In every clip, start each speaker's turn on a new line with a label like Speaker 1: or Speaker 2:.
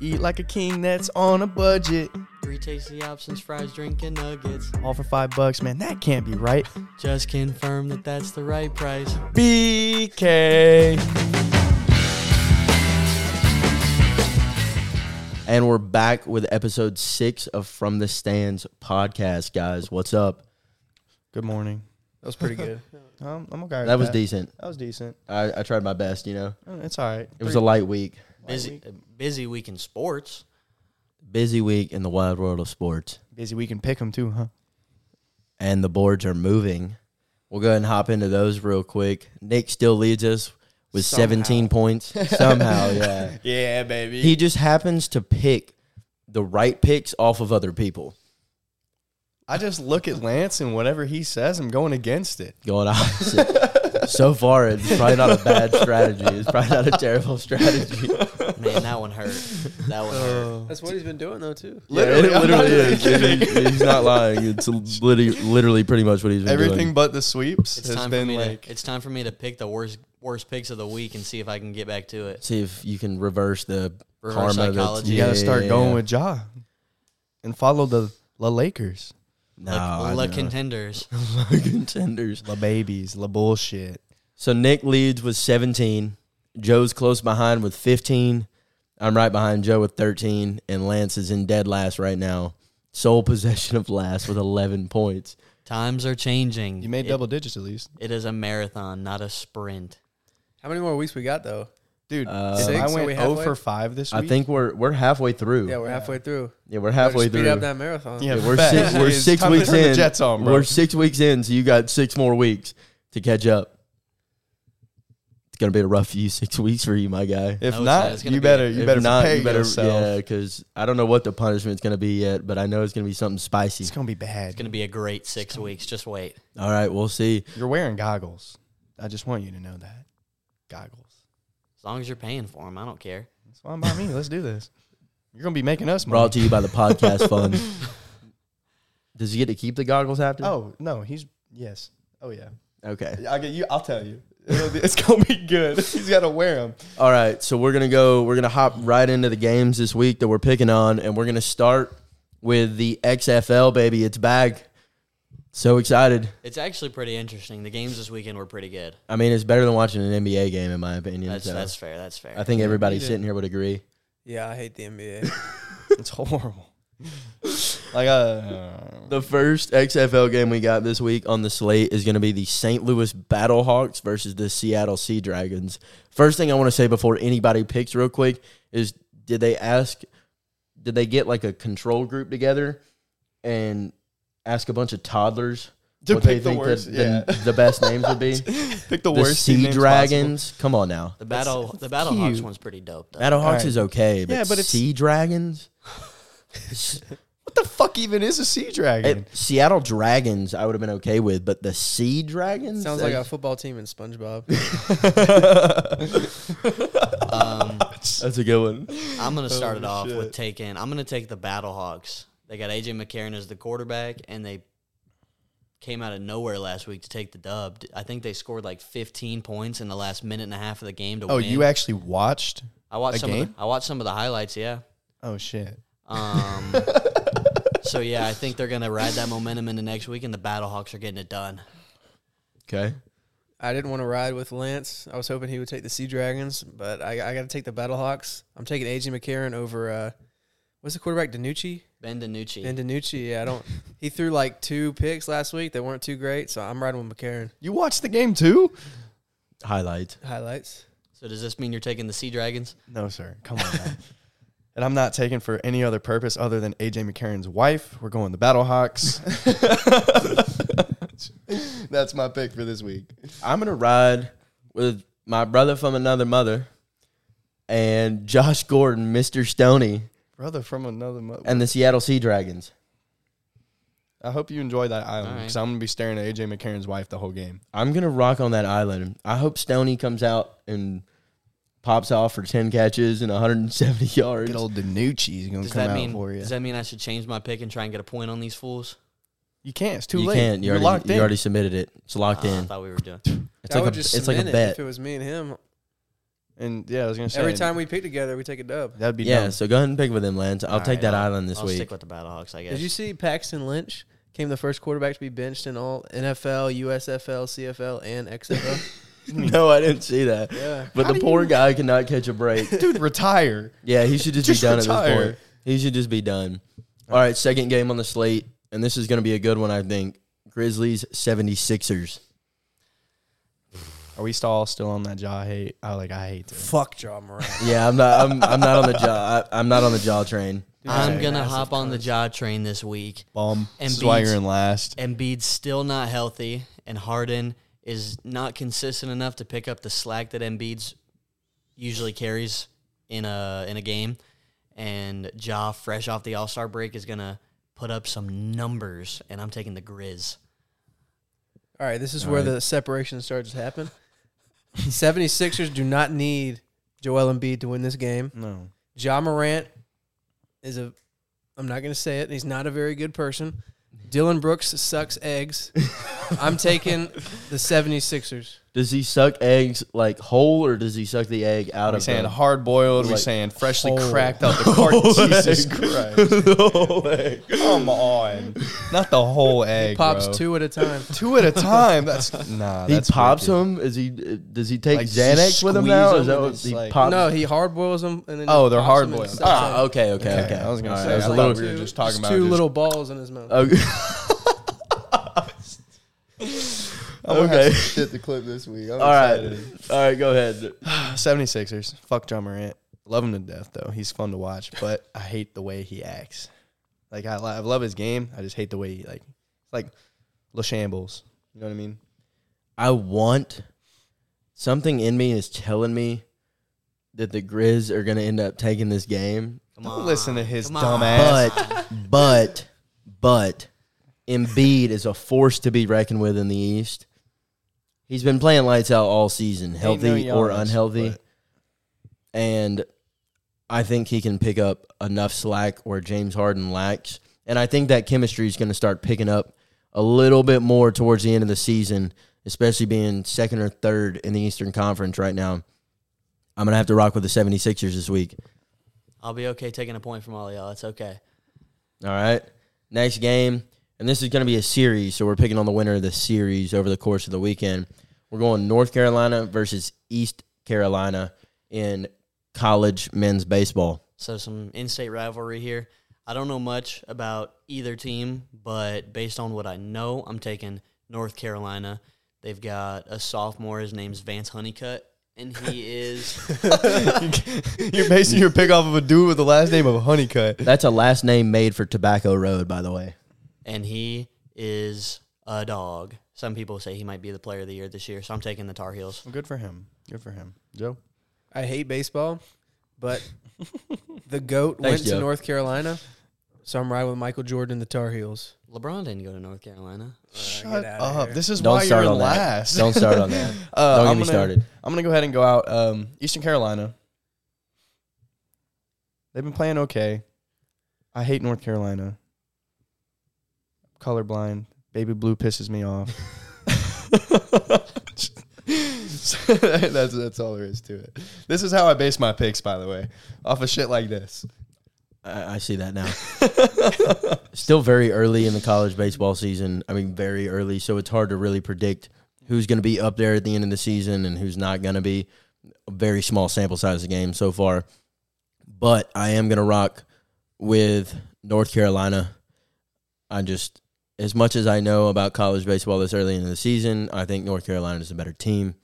Speaker 1: Eat like a king that's on a budget.
Speaker 2: Three tasty options, fries, drink, and nuggets.
Speaker 1: All for five bucks, man. That can't be right.
Speaker 2: Just confirm that that's the right price.
Speaker 1: BK.
Speaker 3: And we're back with episode six of From the Stands podcast, guys. What's up?
Speaker 1: Good morning. That was pretty good. um, I'm okay. with
Speaker 3: That was decent.
Speaker 1: That was decent.
Speaker 3: I, I tried my best, you know.
Speaker 1: Uh, It's all right.
Speaker 3: It was a light week,
Speaker 2: Busy, uh, busy week in sports.
Speaker 3: busy week in the wild world of sports,
Speaker 1: busy week and pick 'em too, huh?
Speaker 3: and the boards are moving. We'll go ahead and hop into those real quick. Nick still leads us with
Speaker 1: Somehow.
Speaker 3: 17 points somehow. Yeah,
Speaker 1: Yeah, baby.
Speaker 3: he just happens to pick the right picks off of other people.
Speaker 1: I just look at Lance and whatever he says, I'm going against it.
Speaker 3: Going opposite. so far, it's probably not a bad strategy. It's probably not a terrible strategy.
Speaker 2: Man, that one hurt. That one hurt.
Speaker 4: That's what he's been doing though too.
Speaker 1: Literally,
Speaker 3: yeah, it
Speaker 1: I'm not
Speaker 3: literally
Speaker 1: even
Speaker 3: is. It is- He's not lying. It's literally, literally pretty much what he's been
Speaker 1: Everything
Speaker 3: doing.
Speaker 1: but the sweeps
Speaker 2: It's
Speaker 1: has
Speaker 2: time, for
Speaker 1: been
Speaker 2: me
Speaker 1: like
Speaker 2: to, it's time for me to pick the worst worst picks of the week and see if I can get back to it.
Speaker 3: See if you can reverse the
Speaker 2: Reverse
Speaker 3: karma. that's-
Speaker 2: psychology.
Speaker 1: you
Speaker 3: Yeah,
Speaker 1: got to start
Speaker 3: yeah,
Speaker 1: going
Speaker 3: yeah.
Speaker 1: with Ja and follow the La Lakers,
Speaker 3: no,
Speaker 2: Look,
Speaker 3: I
Speaker 2: look
Speaker 3: know.
Speaker 2: contenders.
Speaker 3: Look contenders.
Speaker 1: La Babies, La Bullshit.
Speaker 3: So Nick leads with 17. Joe's close behind with 15. I'm right behind Joe with 13, and Lance is in dead last right now. Sole possession of last with 11 points.
Speaker 2: Times are changing.
Speaker 1: You made
Speaker 2: It-
Speaker 1: double digits at least.
Speaker 2: It is a marathon, not a sprint.
Speaker 4: How many more weeks we got though?
Speaker 1: Dude,
Speaker 3: Uh,
Speaker 1: if
Speaker 4: Six?
Speaker 1: I
Speaker 4: Are
Speaker 1: went
Speaker 4: we
Speaker 1: 0
Speaker 4: halfway?
Speaker 1: for 5 this week.
Speaker 3: I think we're we're halfway through.
Speaker 4: Yeah, we're halfway through.
Speaker 3: Yeah, we're halfway
Speaker 4: Better speed
Speaker 3: through.
Speaker 4: up that marathon.
Speaker 1: Yeah,
Speaker 3: We're
Speaker 1: facts.
Speaker 3: six, we're
Speaker 1: It's
Speaker 3: six
Speaker 1: time to
Speaker 3: weeks
Speaker 1: turn the
Speaker 3: in.
Speaker 1: Jets on, bro.
Speaker 3: We're six weeks in, so you got six more weeks to catch up. It's gonna be a rough few six weeks for you, my guy.
Speaker 1: If
Speaker 2: No, it's not.
Speaker 1: not,
Speaker 2: It's gonna
Speaker 1: you
Speaker 2: be-
Speaker 1: better you
Speaker 3: If
Speaker 1: better
Speaker 3: not,
Speaker 1: prepare
Speaker 3: you better
Speaker 1: yourself.
Speaker 3: yeah, because I don't know what the punishment's gonna be yet, but I know it's gonna be something spicy.
Speaker 1: It's gonna be bad.
Speaker 2: It's going to be a great six weeks. Just wait.
Speaker 3: All right, we'll see.
Speaker 1: You're wearing goggles. I just want you to know that. Goggles.
Speaker 2: As long as you're paying for them, I don't care.
Speaker 1: That's fine by me. Let's do this. You're gonna be making us money.
Speaker 3: Brought to you by the podcast fund. Does he get to keep the goggles after?
Speaker 1: Oh no, he's yes. Oh yeah.
Speaker 3: okay.
Speaker 1: I'll get you. I'll tell you. It'll be- it's gonna be good. He's gotta wear them.
Speaker 3: All right, so we're gonna go. We're gonna hop right into the games this week that we're picking on, and we're gonna start with the XFL baby. It's back. So excited.
Speaker 2: It's actually pretty interesting. The games this weekend were pretty good.
Speaker 3: I mean, it's better than watching an NBA game, in my opinion.
Speaker 2: That's
Speaker 3: so
Speaker 2: that's fair. That's fair.
Speaker 3: I think everybody
Speaker 1: Beat it.
Speaker 3: sitting here would agree.
Speaker 4: Yeah, I hate the NBA.
Speaker 1: It's horrible. like uh,
Speaker 3: The first XFL game we got this week on the slate is going to be the St. Louis Battlehawks versus the Seattle Sea Dragons. First thing I want to say before anybody picks, real quick, is did they ask, did they get like a control group together and ask a bunch of toddlers
Speaker 1: To
Speaker 3: what they
Speaker 1: pick the
Speaker 3: think
Speaker 1: worst,
Speaker 3: the,
Speaker 1: yeah.
Speaker 3: the, the best names would be? the
Speaker 1: pick the, worst team
Speaker 3: Sea
Speaker 1: names
Speaker 3: Dragons. Come on now.
Speaker 2: the battle the battle hawks one's pretty dope though.
Speaker 3: Battlehawks
Speaker 1: right.
Speaker 3: is okay, but,
Speaker 1: Yeah, but it's-
Speaker 3: Sea Dragons?
Speaker 1: possible. What the fuck even is a sea dragon?
Speaker 3: It- Seattle Dragons, I would have been okay with, but the Sea Dragons
Speaker 4: Sounds like a
Speaker 3: That's-
Speaker 4: football team in SpongeBob.
Speaker 2: Um,
Speaker 3: that's a good one.
Speaker 2: I'm gonna start it off with taking. I'm gonna take the battle hawks. They got AJ McCarron as the quarterback, and they came out of nowhere last week to take the dub. I think they scored like 15 points in the last minute and a half of the game to
Speaker 1: oh,
Speaker 2: win.
Speaker 1: you actually watched?
Speaker 2: I watched
Speaker 1: a
Speaker 2: some. Of
Speaker 1: game?
Speaker 2: the, I watched some of the highlights. Yeah.
Speaker 1: Oh shit.
Speaker 2: Um, so yeah, I think they're gonna ride that momentum into next week, and the battle hawks are getting it done.
Speaker 3: Okay.
Speaker 4: I didn't want to ride with Lance. I was hoping he would take the Sea Dragons, but I, I got to take the Battlehawks. I'm taking AJ McCarron over. Uh, what's the quarterback? Danucci.
Speaker 2: Ben DiNucci.
Speaker 4: And Danucci. Yeah, I don't. He threw like two picks last week. They weren't too great, so I'm riding with McCarron.
Speaker 1: You watched the game too?
Speaker 3: Highlights.
Speaker 4: Highlights.
Speaker 2: so does this mean you're taking the Sea Dragons?
Speaker 1: No, sir. Come on. man. and I'm not taken for any other purpose other than AJ McCarron's wife. We're going the Battlehawks. That's my pick for this week.
Speaker 3: I'm gonna ride with my brother from another mother and Josh Gordon, Mr. Stoney,
Speaker 1: Brother from another mother.
Speaker 3: and the Seattle Sea Dragons.
Speaker 1: I hope you enjoy that island
Speaker 2: All right.
Speaker 1: because I'm gonna be staring at AJ McCarron's wife the whole game.
Speaker 3: I'm gonna rock on that island. I hope Stoney comes out and pops off for ten catches and 170 yards.
Speaker 1: old Danucci's gonna
Speaker 2: Does that mean? Does that mean I should change my pick and try and get a point on these fools?
Speaker 1: You can't. It's too
Speaker 3: you
Speaker 1: late.
Speaker 3: can't. You
Speaker 1: You're
Speaker 3: already,
Speaker 1: locked
Speaker 3: you
Speaker 1: in. Ah,
Speaker 3: already submitted it. It's locked
Speaker 2: Uh, I
Speaker 3: in.
Speaker 2: thought we were doing.
Speaker 3: It's like a. It's like a
Speaker 4: cement it
Speaker 3: bet.
Speaker 4: If it was me and him,
Speaker 1: And yeah, I was gonna say
Speaker 4: Every time we pick together, we take a dub.
Speaker 1: that'd be
Speaker 3: yeah,
Speaker 1: dumb.
Speaker 3: so go ahead and pick with him, Lance. I'll
Speaker 2: All
Speaker 3: take
Speaker 2: right,
Speaker 3: that
Speaker 2: I'll-
Speaker 3: island this
Speaker 2: I'll
Speaker 3: week.
Speaker 2: stick with the Battlehawks, I guess.
Speaker 4: Did you see Paxton Lynch came the first quarterback to be benched in all NFL, USFL, CFL, and XFL?
Speaker 3: no, I didn't see that.
Speaker 4: yeah.
Speaker 3: But
Speaker 1: How
Speaker 3: the
Speaker 1: do
Speaker 3: poor
Speaker 1: you-
Speaker 3: guy cannot catch a break.
Speaker 1: Dude, retire.
Speaker 3: Yeah, he should just,
Speaker 1: Just
Speaker 3: be done at this
Speaker 1: retire.
Speaker 3: point. He should just be done. All right, second game on the slate, and this is going to be a good one, I think. Grizzlies 76ers.
Speaker 1: Are we all still on that jaw hate? I like I hate this.
Speaker 4: Fuck John Morant.
Speaker 3: Yeah, I'm not. I'm, I'm not on the jaw. I, I'm not on the jaw train.
Speaker 2: I'm
Speaker 1: Yeah.
Speaker 2: gonna
Speaker 1: Massive
Speaker 2: hop on the jaw train this week.
Speaker 1: Bum.
Speaker 2: Embiid's-
Speaker 1: Swaggering last.
Speaker 2: Embiid's still not healthy, and Harden is not consistent enough to pick up the slack that Embiid's usually carries in a in a game. And Ja, fresh off the All Star break, is gonna put up some numbers, and I'm taking the Grizz.
Speaker 4: All right, this is where the separation starts to happen. 76ers do not need Joel Embiid to win this game.
Speaker 1: No.
Speaker 4: Ja Morant is a, I'm not going to say it, he's not a very good person. Dylan Brooks sucks eggs. I'm taking the 76ers.
Speaker 3: Does he suck eggs like whole, or does he suck the egg out
Speaker 1: We
Speaker 3: of
Speaker 1: saying
Speaker 3: the
Speaker 1: hard boiled. We
Speaker 3: Like,
Speaker 1: saying freshly
Speaker 3: whole.
Speaker 1: cracked out the cart. Jesus Christ!
Speaker 3: whole egg?
Speaker 1: Come on, not the whole egg.
Speaker 4: Pops
Speaker 1: bro.
Speaker 4: two at a time.
Speaker 1: two at a time. That's nah.
Speaker 3: He
Speaker 1: that's
Speaker 3: pops
Speaker 1: wicked.
Speaker 3: him. Is he? Does he take
Speaker 1: Like,
Speaker 3: Xanax with him
Speaker 1: squeeze
Speaker 3: now?
Speaker 1: him
Speaker 3: Is that
Speaker 1: and
Speaker 3: what
Speaker 1: it's
Speaker 3: he
Speaker 1: like-
Speaker 3: pops?
Speaker 4: No, he hard boils them and then
Speaker 1: Oh, they're
Speaker 4: pops 'em and
Speaker 1: hard-boiled.
Speaker 4: sucks
Speaker 3: Ah,
Speaker 4: eggs.
Speaker 3: okay, okay, okay.
Speaker 1: Okay, I was gonna
Speaker 3: All
Speaker 1: say,
Speaker 3: it was
Speaker 1: I
Speaker 3: a
Speaker 1: thought
Speaker 3: little
Speaker 1: we were just talking
Speaker 4: It's
Speaker 1: about
Speaker 4: two
Speaker 1: just- Uh,
Speaker 4: little balls in his mouth.
Speaker 3: Okay.
Speaker 1: I'm gonna have
Speaker 3: Okay.
Speaker 1: some Shit to clip this week. I'm
Speaker 3: All right.
Speaker 1: excited.
Speaker 3: All right. Go ahead.
Speaker 1: 76ers. Fuck John Morant. Love him to death though. He's fun to watch, but I hate the way he acts. Like I, I love his game. I just hate the way he like like LaShambles. You know what I mean?
Speaker 3: I want something in me is telling me that the Grizz are going to end up taking this game,
Speaker 2: Come
Speaker 1: Don't listen to his
Speaker 2: come
Speaker 1: dumb ass.
Speaker 3: but but but Embiid is a force to be reckoned with in the East. He's been playing lights out all season, healthy
Speaker 1: no
Speaker 3: or
Speaker 1: Giannis,
Speaker 3: unhealthy,
Speaker 1: but-
Speaker 3: and I think he can pick up enough slack where James Harden lacks, and I think that chemistry is going to start picking up a little bit more towards the end of the season, especially being second or third in the Eastern Conference right now. I'm going to have to rock with the 76ers this week.
Speaker 2: I'll be okay taking a point from all of y'all. It's okay.
Speaker 3: All right. Next game, and this is going to be a series, so we're picking on the winner of the series over the course of the weekend. We're going North Carolina versus East Carolina in college men's baseball.
Speaker 2: So some in-state rivalry here. I don't know much about either team, but based on what I know, I'm taking North Carolina. They've got a sophomore. His name's Vance Honeycutt, and he is
Speaker 1: You're basing your pick off of a dude with the last name of Honeycutt.
Speaker 3: That's a last name made for Tobacco Road, by the way.
Speaker 2: and he is a dog. Some people say he might be the player of the year this year, so I'm taking the Tar Heels.
Speaker 1: Well, good for him. Good for him. Joe.
Speaker 4: I hate baseball, but the goat
Speaker 3: Thanks,
Speaker 4: went
Speaker 3: Joe.
Speaker 4: to North Carolina, so I'm riding with Michael Jordan and the Tar Heels.
Speaker 2: LeBron didn't go to North Carolina.
Speaker 1: Shut
Speaker 4: outta
Speaker 1: up.
Speaker 4: here.
Speaker 1: This is
Speaker 3: Don't
Speaker 1: why
Speaker 3: start
Speaker 1: you're
Speaker 3: on
Speaker 1: in
Speaker 3: that.
Speaker 1: last.
Speaker 3: Don't start on that.
Speaker 1: Uh,
Speaker 3: Don't get
Speaker 1: I'm gonna-
Speaker 3: me started.
Speaker 1: I'm gonna go ahead and go out. Um, Eastern Carolina. They've been playing okay. I hate North Carolina. Colorblind. Baby blue pisses me off. that's that's all there is to it. This is how I base my picks, by the way, off of shit like this.
Speaker 3: I, I see that now. Still very early in the college baseball season. I mean, very early, so it's hard to really predict who's going to be up there at the end of the season and who's not going to be. A very small sample size of game so far, but I am going to rock with North Carolina. I just, as much as I know about college baseball this early in the season, I think North Carolina is a better team.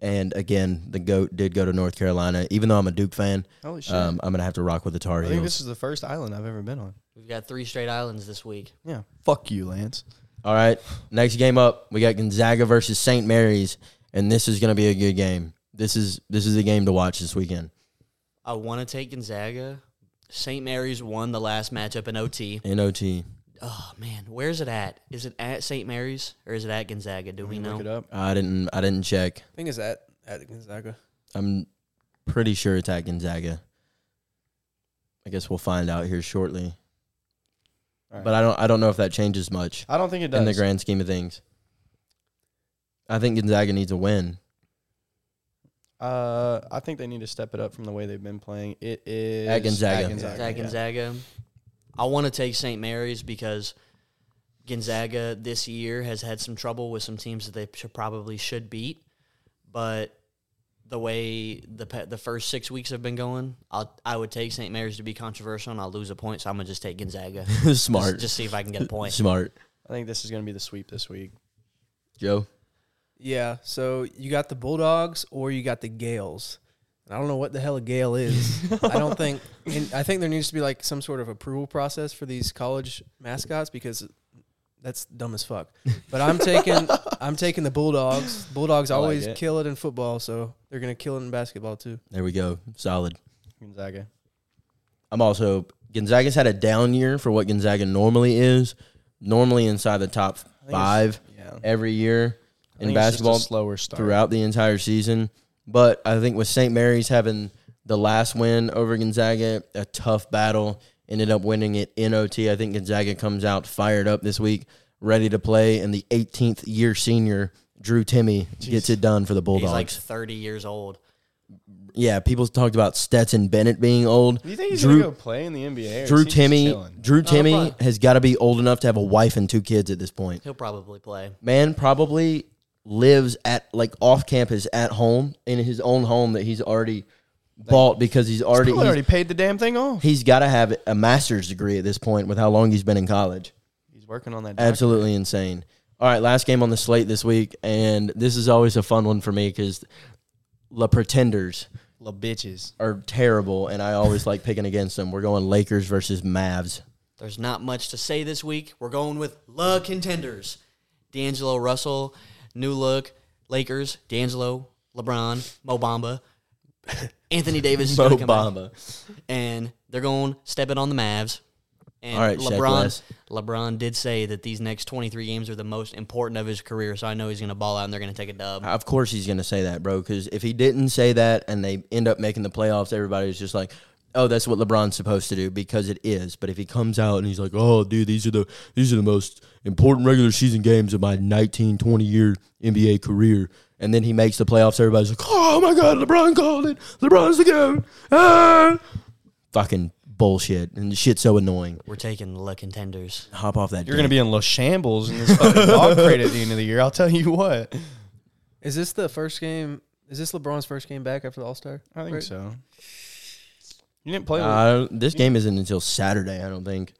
Speaker 3: And again, the goat did go to North Carolina, even though I'm a Duke fan.
Speaker 1: Holy shit!
Speaker 3: Um, I'm gonna have to rock with the Tar
Speaker 1: I
Speaker 3: Heels.
Speaker 1: think this is the first island I've ever been on.
Speaker 2: We've got three straight islands this week.
Speaker 1: Yeah. Fuck you, Lance.
Speaker 3: All right. Next game up, we got Gonzaga versus St. Mary's, and this is going to be a good game. This is this is a game to watch this weekend
Speaker 2: I want to take Gonzaga. St. Mary's won the last matchup in OT.
Speaker 3: in OT.
Speaker 2: Oh man, where's it at? Is it at St. Mary's or is it at Gonzaga? Do we know?
Speaker 1: Look it up.
Speaker 3: I didn't I didn't check.
Speaker 4: I think it's at at Gonzaga.
Speaker 3: I'm pretty sure it's at Gonzaga. I guess we'll find out here shortly.
Speaker 1: All right.
Speaker 3: But I don't I don't know if that changes much
Speaker 1: I don't think it does.
Speaker 3: in the grand scheme of things. I think Gonzaga needs a win.
Speaker 1: I Uh, I think they need to step it up from the way they've been playing. It is
Speaker 3: Gonzaga.
Speaker 1: Gonzaga,
Speaker 2: At
Speaker 1: yeah.
Speaker 2: Gonzaga. I want to take St. Mary's because Gonzaga this year has had some trouble with some teams that they should, probably should beat, but the way the pe- the first six weeks have been going, I'll, I would take St. Mary's to be controversial, and I'll lose a point, so I'm gonna just take Gonzaga. Just-
Speaker 3: Smart.
Speaker 2: Just, see if I can get a point.
Speaker 3: Smart.
Speaker 1: I think this is going to be the sweep this week.
Speaker 3: Joe.
Speaker 4: Yeah, so you got the Bulldogs or you got the Gales. And I don't know what the hell a Gale is. I don't think and I think there needs to be like some sort of approval process for these college mascots because that's dumb as fuck. But I'm taking I'm taking the Bulldogs. Bulldogs
Speaker 1: I like
Speaker 4: always
Speaker 1: it.
Speaker 4: kill it in football, so they're gonna kill it in basketball too.
Speaker 3: There we go. Solid.
Speaker 1: Gonzaga.
Speaker 3: I'm also Gonzaga's had a down year for what Gonzaga normally is. Normally inside the top
Speaker 1: it's-
Speaker 3: five
Speaker 1: Yeah.
Speaker 3: every year
Speaker 1: I think
Speaker 3: in
Speaker 1: it's just a
Speaker 3: basketball
Speaker 1: slower start.
Speaker 3: throughout the entire season. But I think with St. Mary's having the last win over Gonzaga, a tough battle, ended up winning it in OT. I think Gonzaga comes out fired up this week, ready to play, and the 18th year senior Drew Timmy gets it done for the
Speaker 2: He's like
Speaker 3: Bulldogs.
Speaker 2: 30 years old.
Speaker 3: yeah, people talked about Stetson Bennett being old.
Speaker 1: Do you think he's
Speaker 3: Drew-
Speaker 1: gonna go play in the NBA? Or
Speaker 3: Drew
Speaker 1: is he just
Speaker 3: Timmy,
Speaker 1: chilling?
Speaker 3: Drew Timmy
Speaker 2: fine.
Speaker 3: has got to be old enough to have a wife and two kids at this point.
Speaker 2: He'll probably play.
Speaker 3: Man probably lives at like off campus at home in his own home that he's already bought because he's already
Speaker 1: Probably
Speaker 3: he's,
Speaker 1: already paid the damn thing off.
Speaker 3: he's got to have a master's degree at this point with how long he's been in college.
Speaker 1: He's working on that. doc-
Speaker 3: Absolutely insane. All right, last game on the slate this week, and this is always a fun one for me because the Pretenders
Speaker 1: Little bitches.
Speaker 3: are terrible, and I always like picking against them. We're going Lakers versus Mavs.
Speaker 2: There's not much to say this week. We're going with La Contenders. D'Angelo Russell, new look, Lakers, D'Angelo, LeBron, Mo Bamba, Anthony Davis is
Speaker 3: Mo
Speaker 2: going to come out.
Speaker 3: Bamba.
Speaker 2: And they're going step it on the Mavs. And
Speaker 3: All right, Shaq
Speaker 2: LeBron,
Speaker 3: West.
Speaker 2: LeBron did say that these next 23 games are the most important of his career, so I know he's going to ball out and they're going to take a dub.
Speaker 3: Of course he's going to say that, bro. Because if he didn't say that and they end up making the playoffs, everybody's just like, "Oh, that's what LeBron's supposed to do," because it is. But if he comes out and he's like, "Oh, dude, these are the these are the most important regular season games of my 19, 20 year NBA career," and then he makes the playoffs, everybody's like, "Oh my God, LeBron called it. LeBron's the goat." Ah! Fucking bullshit and the shit's so annoying.
Speaker 2: We're taking La Contenders.
Speaker 3: Hop off that.
Speaker 1: You're gonna be in Los Shambles in this fucking dog crate at the end of the year. I'll tell you what.
Speaker 4: Is this the first game is this LeBron's first game back after the All Star?
Speaker 1: I think so. You didn't play. with
Speaker 3: Uh, this game isn't until Saturday, I don't think.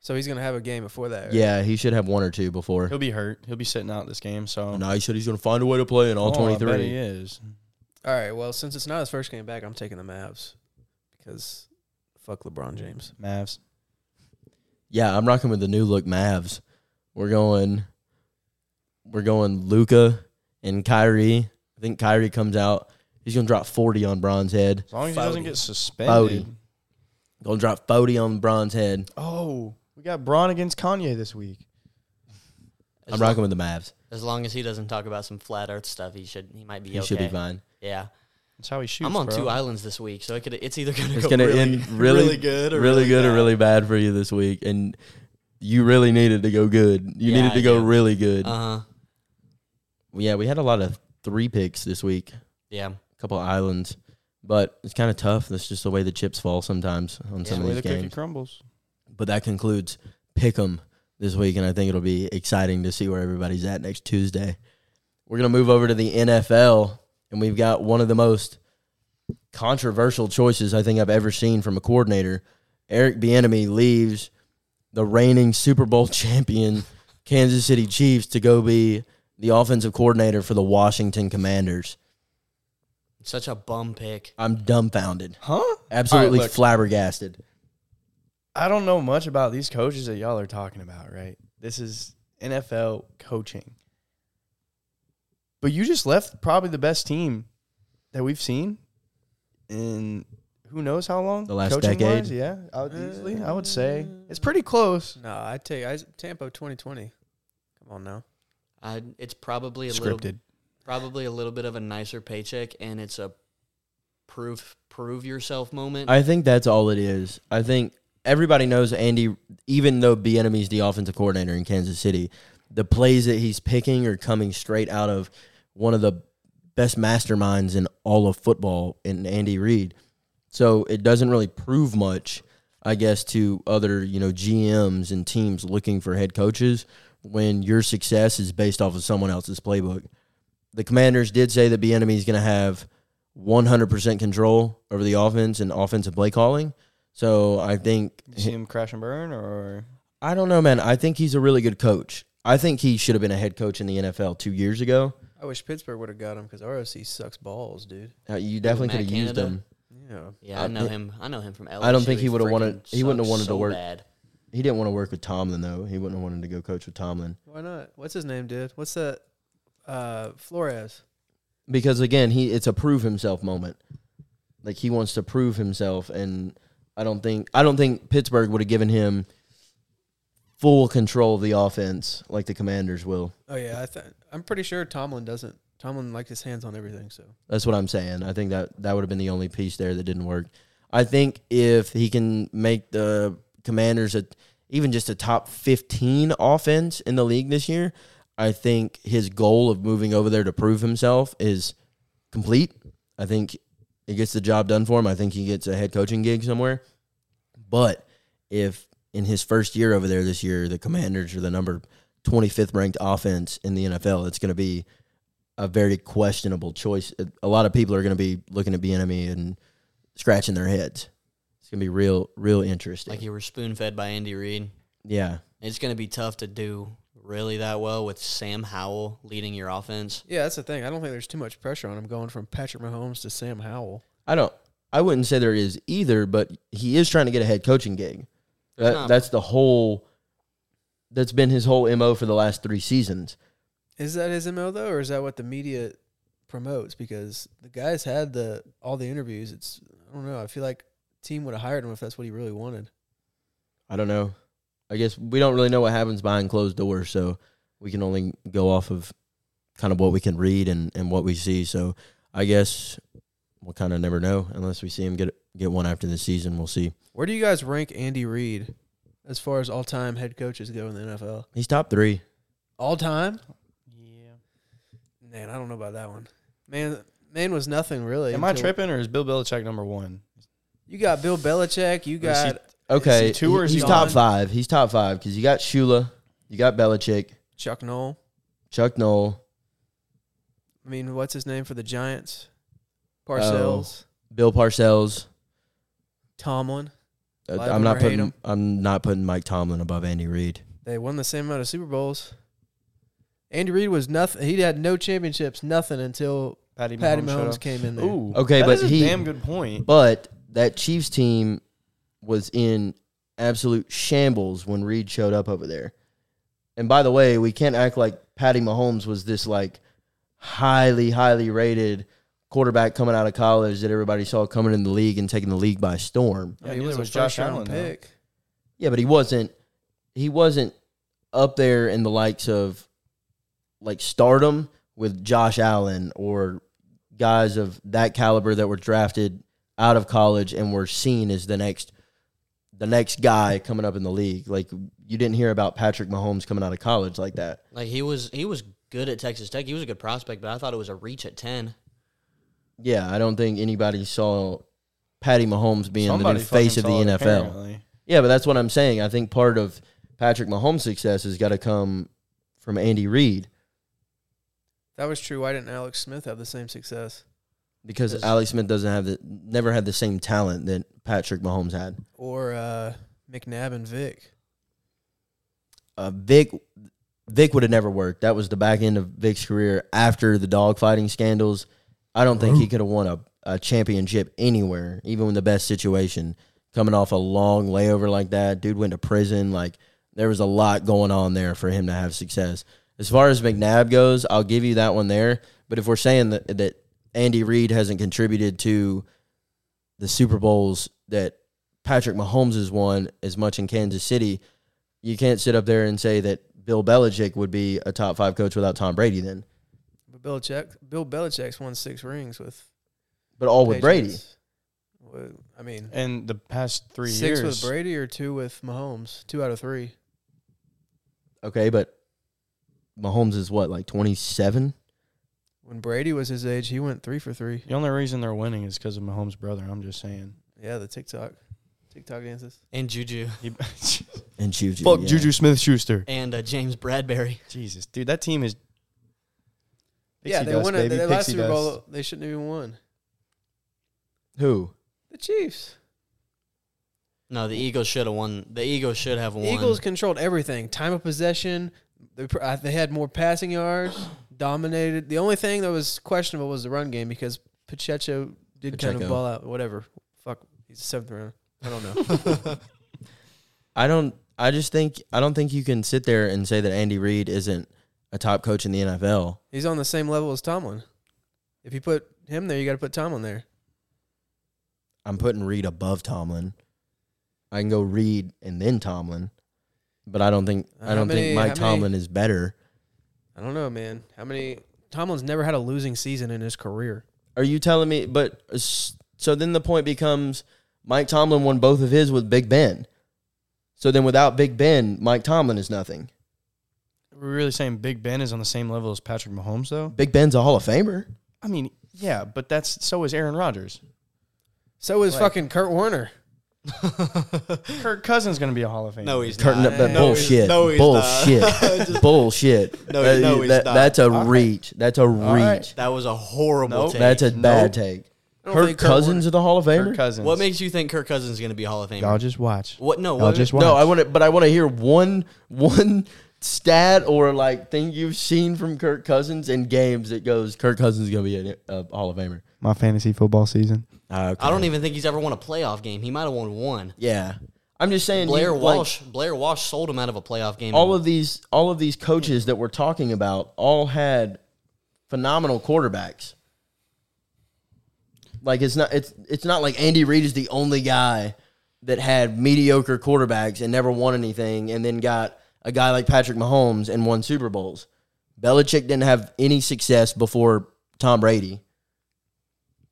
Speaker 4: So he's gonna have a game before that. right?
Speaker 3: Yeah, he should have one or two before.
Speaker 1: he'll be hurt. He'll be sitting out this game. So
Speaker 3: No, he said he's going to find a way to play in all
Speaker 1: Oh, I bet
Speaker 3: 23.
Speaker 1: he is.
Speaker 4: All right. Well, since it's not his first game back, I'm taking the Mavs because fuck LeBron James.
Speaker 1: Mavs.
Speaker 3: yeah, I'm rocking with the new look Mavs. We're going, we're going Luca and Kyrie. I think Kyrie comes out. He's going to drop 40 on Bron's head.
Speaker 1: As long as he doesn't
Speaker 4: Fouty.
Speaker 1: get suspended.
Speaker 3: Fouty. Going to drop 40 on Bron's head.
Speaker 1: Oh, we got Braun against Kanye this week.
Speaker 2: As,
Speaker 3: I'm
Speaker 2: lo-
Speaker 3: rocking with the Mavs.
Speaker 2: as long as he doesn't talk about some flat earth stuff, he should he might be
Speaker 3: He
Speaker 2: okay.
Speaker 3: should be fine.
Speaker 2: Yeah.
Speaker 1: That's how he shoots.
Speaker 2: I'm on
Speaker 1: bro.
Speaker 2: two islands this week, so it could it's either gonna
Speaker 3: It's
Speaker 2: go
Speaker 3: going to
Speaker 2: really,
Speaker 3: end really,
Speaker 2: really good, or
Speaker 3: really,
Speaker 2: really
Speaker 3: good, or
Speaker 2: bad.
Speaker 3: really bad for you this week. And you really needed to go good. You
Speaker 2: Yeah,
Speaker 3: needed
Speaker 2: I
Speaker 3: to go
Speaker 2: do.
Speaker 3: really good.
Speaker 2: Uh huh.
Speaker 3: yeah, we had a lot of three picks this week.
Speaker 2: Yeah.
Speaker 3: couple islands, but it's kind of tough. That's just the way the chips fall sometimes on
Speaker 2: Yeah,
Speaker 3: some
Speaker 1: The
Speaker 3: of
Speaker 1: way
Speaker 3: these
Speaker 1: the cookie
Speaker 3: games.
Speaker 1: crumbles.
Speaker 3: But that concludes Pick'em this week, and I think it'll be exciting to see where everybody's at next Tuesday. We're gonna move over to the NFL, and we've got one of the most controversial choices I think I've ever seen from a coordinator. Eric Bieniemy leaves the reigning Super Bowl champion Kansas City Chiefs to go be the offensive coordinator for the Washington Commanders.
Speaker 2: Such a bum pick.
Speaker 3: I'm dumbfounded.
Speaker 1: Huh?
Speaker 3: Absolutely
Speaker 1: All right, look.
Speaker 3: flabbergasted.
Speaker 1: I don't know much about these coaches that y'all are talking about, right? This is NFL coaching. But you just left probably the best team that we've seen in who knows how long?
Speaker 3: The last
Speaker 1: Coaching
Speaker 3: decade?
Speaker 1: wise, yeah. I would easily, I would say. It's pretty close.
Speaker 4: No, I tell you, I, Tampa 2020. Come on now.
Speaker 2: I, it's probably a little
Speaker 1: Scripted.
Speaker 2: probably a little bit of a nicer paycheck, and it's a prove prove yourself moment.
Speaker 3: I think that's all it is. I think everybody knows Andy, even though Bienemy's E the offensive coordinator in Kansas City, the plays that he's picking are coming straight out of one of the best masterminds in all of football in Andy Reid. So it doesn't really prove much, I guess, to other, you know, GMs and teams looking for head coaches when your success is based off of someone else's playbook. The commanders did say that enemy is going to have 100% control over the offense and offensive play calling. So I think
Speaker 1: You see him crash and burn, or
Speaker 3: I don't know, man. I think he's a really good coach. I think he should have been a head coach in the NFL two years ago.
Speaker 4: I wish Pittsburgh would have got him because ROC sucks balls, dude.
Speaker 3: Uh, you definitely
Speaker 2: Matt
Speaker 3: could have used
Speaker 2: Canada?
Speaker 3: him.
Speaker 4: Yeah.
Speaker 2: Yeah, I,
Speaker 3: I
Speaker 2: know
Speaker 3: think-
Speaker 2: him. I know him from LSU.
Speaker 3: I don't think he would've wanted-
Speaker 2: freaking
Speaker 3: he wouldn't have
Speaker 2: sucks
Speaker 3: wanted to
Speaker 2: so
Speaker 3: work.
Speaker 2: Bad.
Speaker 3: He didn't want to work with Tomlin though. He wouldn't have wanted to go coach with Tomlin
Speaker 4: Why not? What's his name, dude? What's that? Uh, Flores.
Speaker 3: because again, he it's a prove himself moment. Like he wants to prove himself, and I don't think I don't think Pittsburgh would have given him full control of the offense like the Commanders will.
Speaker 4: Oh yeah, I th- I'm pretty sure Tomlin doesn't. Tomlin likes his hands on everything, so
Speaker 3: That's what I'm saying. I think that that would have been the only piece there that didn't work. I think if he can make the Commanders a even just a top 15 offense in the league this year, I think his goal of moving over there to prove himself is complete. I think it gets the job done for him. I think he gets a head coaching gig somewhere. But if in his first year over there this year, the Commanders are the number 25th ranked offense in the NFL, it's going to be a very questionable choice. A lot of people are going to be looking at enemy and scratching their heads. It's going to be real, real interesting.
Speaker 2: Like you were spoon fed by Andy Reid.
Speaker 3: yeah.
Speaker 2: It's going to be tough to do really that well with Sam Howell leading your offense.
Speaker 4: yeah, that's the thing. I don't think there's too much pressure on him going from Patrick Mahomes to Sam Howell.
Speaker 3: I don't. I wouldn't say there is either, but he is trying to get a head coaching gig. That,
Speaker 2: not.
Speaker 3: That's the whole. That's been his whole mo for the last three seasons.
Speaker 4: Is that his mo though, or is that what the media promotes? Because the guys had the all the interviews. It's I don't know. I feel like team would have hired him if that's what he really wanted.
Speaker 3: I don't know. I guess we don't really know what happens behind closed doors, so we can only go off of kind of what we can read and, and what we see. So I guess we'll kind of never know unless we see him get get one after the season. We'll see.
Speaker 4: Where do you guys rank Andy Reid as far as all time head coaches go in the NFL?
Speaker 3: He's top three.
Speaker 4: All time?
Speaker 1: yeah.
Speaker 4: Man, I don't know about that one. Man, man was nothing really.
Speaker 1: Am I
Speaker 4: until-
Speaker 1: tripping, or is Bill Belichick number one?
Speaker 4: You got Bill Belichick. You
Speaker 1: Or is he-
Speaker 4: got
Speaker 3: Okay,
Speaker 1: Is he two or is
Speaker 3: he's
Speaker 1: he
Speaker 3: top
Speaker 1: one?
Speaker 3: five. He's top five because you got Shula, you got Belichick,
Speaker 4: Chuck Knoll.
Speaker 3: Chuck Knoll.
Speaker 4: I mean, what's his name for the Giants?
Speaker 1: Oh.
Speaker 4: Parcells,
Speaker 3: Bill Parcells.
Speaker 4: Tomlin.
Speaker 3: Uh,
Speaker 4: Like
Speaker 3: I'm
Speaker 4: him
Speaker 3: not
Speaker 4: or hate
Speaker 3: putting.
Speaker 4: him.
Speaker 3: I'm not putting Mike Tomlin above Andy Reid.
Speaker 4: They won the same amount of Super Bowls. Andy Reid was nothing. He had no championships, nothing until
Speaker 1: Patty,
Speaker 4: Patty
Speaker 1: showed
Speaker 4: Mahomes
Speaker 1: up.
Speaker 4: came in there.
Speaker 1: Ooh,
Speaker 3: Okay,
Speaker 1: that
Speaker 3: but
Speaker 1: is a
Speaker 3: he-
Speaker 1: damn good point.
Speaker 3: But that Chiefs team was in absolute shambles when Reid showed up over there. And by the way, we can't act like Patty Mahomes was this like highly, highly rated quarterback coming out of college that everybody saw coming in the league and taking the league by storm.
Speaker 4: I mean,
Speaker 1: Yeah,
Speaker 4: he
Speaker 1: neither
Speaker 4: was,
Speaker 1: was
Speaker 4: a
Speaker 1: Josh
Speaker 4: first round
Speaker 1: Allen, though.
Speaker 4: pick.
Speaker 3: Yeah, but he wasn't. He wasn't up there in the likes of like stardom with Josh Allen or guys of that caliber that were drafted out of college and were seen as the next the next guy coming up in the league. Like you didn't hear about Patrick Mahomes coming out of college like that.
Speaker 2: Like he was he was good at Texas Tech. He was a good prospect, but I thought it was a reach at 10.
Speaker 3: Yeah, I don't think anybody saw Patty Mahomes being
Speaker 1: Somebody
Speaker 3: the new
Speaker 1: fucking
Speaker 3: face of the
Speaker 1: saw it,
Speaker 3: NFL.
Speaker 1: apparently.
Speaker 3: Yeah, but that's what I'm saying. I think part of Patrick Mahomes' success has got to come from Andy Reid.
Speaker 4: That was true. Why didn't Alex Smith have the same success?
Speaker 3: because
Speaker 2: Is-
Speaker 3: Alex Smith doesn't have the never had the same talent that Patrick Mahomes had.
Speaker 4: Or uh, McNabb and Vic?
Speaker 3: Uh, Vic Vic would have never worked. That was the back end of Vic's career after the dogfighting scandals. I don't think he could have won a, a championship anywhere, even in the best situation. Coming off a long layover like that, dude went to prison. Like there was a lot going on there for him to have success. As far as McNabb goes, I'll give you that one there. But if we're saying that that Andy Reid hasn't contributed to the Super Bowls that Patrick Mahomes has won as much in Kansas City, you can't sit up there and say that Bill Belichick would be a top five coach without Tom Brady then.
Speaker 4: But Belichick, Bill Belichick's won six rings with
Speaker 3: But all with Brady.
Speaker 4: Patriots. Well, I mean,
Speaker 1: And the past three
Speaker 4: six
Speaker 1: years,
Speaker 4: with Brady or two with Mahomes. Two out of three.
Speaker 3: Okay, but Mahomes is what, like twenty seven?
Speaker 4: When Brady was his age, he went three for three.
Speaker 1: The only reason they're winning is because of Mahomes' brother. I'm just saying.
Speaker 4: Yeah, the TikTok, TikTok dances.
Speaker 2: and Juju
Speaker 1: He-
Speaker 3: And Juju.
Speaker 1: Fuck
Speaker 3: yeah.
Speaker 1: Juju Smith Schuster.
Speaker 2: and uh, James Bradbury.
Speaker 1: Jesus, dude, that team is.
Speaker 4: yeah,
Speaker 1: Pixie
Speaker 4: they
Speaker 1: dust,
Speaker 4: won a,
Speaker 1: baby,
Speaker 4: their last
Speaker 1: pixie
Speaker 4: Super
Speaker 1: dust.
Speaker 4: Bowl. They shouldn't have even won.
Speaker 3: Who?
Speaker 4: The Chiefs.
Speaker 2: No, the Eagles should have won. The Eagles should have won.
Speaker 4: Eagles controlled everything. Time of possession. They, pr- uh, they had more passing yards. Dominated. The only thing that was questionable was the run game because Pacheco did kind
Speaker 3: Pacheco.
Speaker 4: of ball out. Whatever. Fuck. He's a seventh round. I don't know.
Speaker 3: I don't. I just think I don't think you can sit there and say that Andy Reid isn't a top coach in the NFL.
Speaker 4: He's on the same level as Tomlin. If you put him there, you got to put Tomlin there.
Speaker 3: I'm putting Reid above Tomlin. I can go Reid and then Tomlin, but I don't think I
Speaker 4: How
Speaker 3: don't
Speaker 4: many-
Speaker 3: think Mike
Speaker 4: how many-
Speaker 3: Tomlin is better.
Speaker 4: I don't know, man. How many? Tomlin's never had a losing season in his career.
Speaker 3: Are you telling me? But uh, s- so then the point becomes Mike Tomlin won both of his with Big Ben. So then without Big Ben, Mike Tomlin is nothing.
Speaker 1: We're really saying Big Ben is on the same level as Patrick Mahomes, though.
Speaker 3: Big Ben's a Hall of Famer.
Speaker 1: I mean, yeah, but that's so is Aaron Rodgers.
Speaker 4: So is
Speaker 1: Like-
Speaker 4: fucking Kurt Warner.
Speaker 1: Kirk Cousins going to be a Hall of Famer.
Speaker 2: no, he's
Speaker 3: Curtain
Speaker 2: not.
Speaker 3: up that
Speaker 4: No, he's-
Speaker 3: bullshit.
Speaker 2: no, he's
Speaker 3: bullshit. bullshit.
Speaker 2: No, he- no, he's
Speaker 3: that-
Speaker 2: not.
Speaker 3: That's a
Speaker 1: right.
Speaker 3: reach. That's a reach.
Speaker 1: right.
Speaker 2: That was a horrible
Speaker 1: Nope.
Speaker 2: take.
Speaker 3: That's a
Speaker 1: Nope.
Speaker 3: bad take.
Speaker 4: I don't
Speaker 3: Kirk
Speaker 4: think Kurt
Speaker 3: Cousins of the Hall of
Speaker 1: Kirk
Speaker 3: Famer.
Speaker 1: Cousins.
Speaker 2: what makes you think Kirk Cousins is going to be a Hall of Famer?
Speaker 1: y'all just watch?
Speaker 2: What? No.
Speaker 1: Y'all
Speaker 2: What,
Speaker 1: just watch.
Speaker 3: No, I want to, but I want to hear one one stat or like thing you've seen from Kirk Cousins in games that goes Kirk Cousins is gonna be a, a Hall of Famer.
Speaker 1: my fantasy football season.
Speaker 2: I don't even think he's ever won a playoff game. He might have won one.
Speaker 3: Yeah, I'm just saying. you-
Speaker 2: Blair
Speaker 3: like,
Speaker 2: Walsh. Blair Walsh sold him out of a playoff game.
Speaker 3: all of these, all of these coaches that we're talking about, all had phenomenal quarterbacks. Like it's not, it's it's not like Andy Reid is the only guy that had mediocre quarterbacks and never won anything, and then got a guy like Patrick Mahomes and won Super Bowls. Belichick didn't have any success before Tom Brady.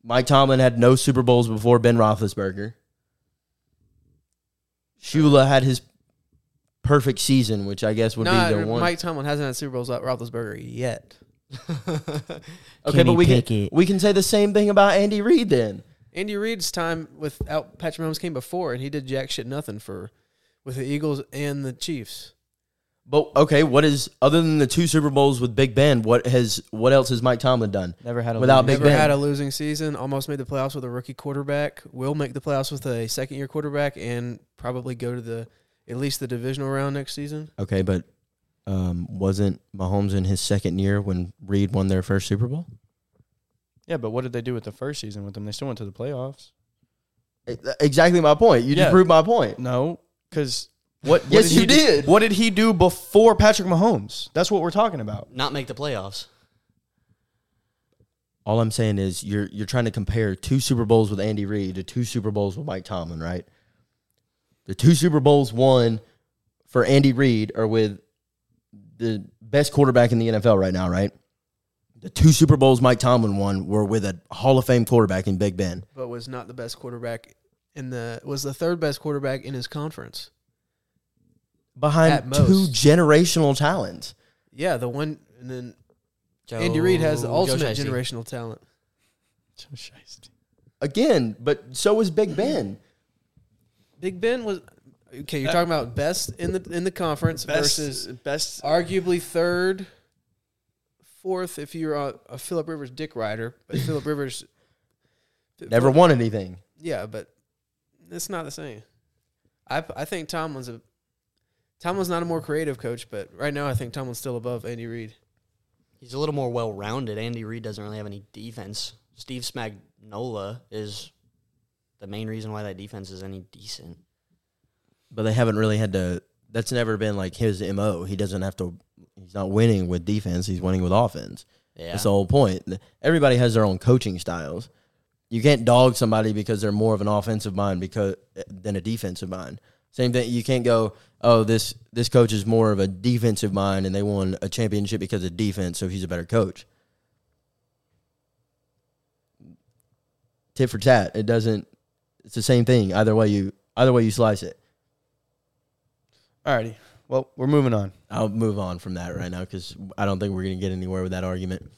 Speaker 3: Mike Tomlin had no Super Bowls before Ben Roethlisberger. Shula had his perfect season, which I guess would
Speaker 4: Warner-
Speaker 3: be the
Speaker 4: Nah,
Speaker 3: one.
Speaker 4: Mike Tomlin hasn't had Super Bowls at Roethlisberger yet.
Speaker 3: okay, but
Speaker 1: Kenny
Speaker 3: we can,
Speaker 1: Pickett.
Speaker 3: we can say the same thing about Andy Reid then.
Speaker 4: Andy Reid's time without Patrick Mahomes came before, and he did jack shit nothing for with the Eagles and the Chiefs.
Speaker 3: But okay, what is other than the two Super Bowls with Big Ben? What has what else has Mike Tomlin done?
Speaker 1: Never had a
Speaker 3: Without
Speaker 1: losing-
Speaker 3: Big
Speaker 4: Never
Speaker 3: Ben.
Speaker 4: had a losing season. Almost made the playoffs with a rookie quarterback. Will make the playoffs with a second year quarterback, and probably go to the at least the divisional round next season.
Speaker 3: Okay, but um, wasn't Mahomes in his second year when Reid won their first Super Bowl?
Speaker 1: Yeah, but what did they do with the first season with them? They still went to the playoffs.
Speaker 3: Exactly my point. You
Speaker 1: Yeah.
Speaker 3: just proved my point.
Speaker 1: No, because what? what
Speaker 3: Yes,
Speaker 1: he
Speaker 3: you
Speaker 1: do-
Speaker 3: did.
Speaker 1: What did he do before Patrick Mahomes? That's what we're talking about.
Speaker 2: not make the playoffs.
Speaker 3: All I'm saying is you're you're trying to compare two Super Bowls with Andy Reid to two Super Bowls with Mike Tomlin, right? The two Super Bowls won for Andy Reid are with the best quarterback in the NFL right now, right? The two Super Bowls Mike Tomlin won were with a Hall of Fame quarterback in Big Ben.
Speaker 4: but was not the best quarterback in the was the third best quarterback in his conference. At
Speaker 3: Behind
Speaker 4: most.
Speaker 3: two generational talents.
Speaker 4: Yeah, the one and then Andy Reid has the
Speaker 2: Oh, Joe
Speaker 4: ultimate
Speaker 2: Shiesty.
Speaker 4: generational talent.
Speaker 3: Again, but so was Big Ben.
Speaker 4: Big Ben was okay. You're talking about best in the in the conference versus
Speaker 1: best.
Speaker 4: arguably third, fourth if you're a, a Philip Rivers dick rider. But Philip Rivers
Speaker 3: Never won anything.
Speaker 4: Yeah, but it's not the same. I I think Tomlin's a Tomlin's not a more creative coach, but right now I think Tomlin's still above Andy Reid.
Speaker 2: He's a little more well rounded. Andy Reid doesn't really have any defense. Steve Smagnola is the main reason why that defense is any decent.
Speaker 3: but they haven't really had to. That's never been like his mo. He doesn't have to. He's not winning with defense. He's winning with offense.
Speaker 2: Yeah.
Speaker 3: That's the whole point. Everybody has their own coaching styles. You can't dog somebody because they're more of an offensive mind because than a defensive mind. Same thing. You can't go, oh, this this coach is more of a defensive mind and they won a championship because of defense, so he's a better coach. Tit for tat. It doesn't. It's the same thing. Either way you either way you slice it.
Speaker 1: Alrighty. Well, we're moving on.
Speaker 3: I'll move on from that right now because I don't think we're going to get anywhere with that argument.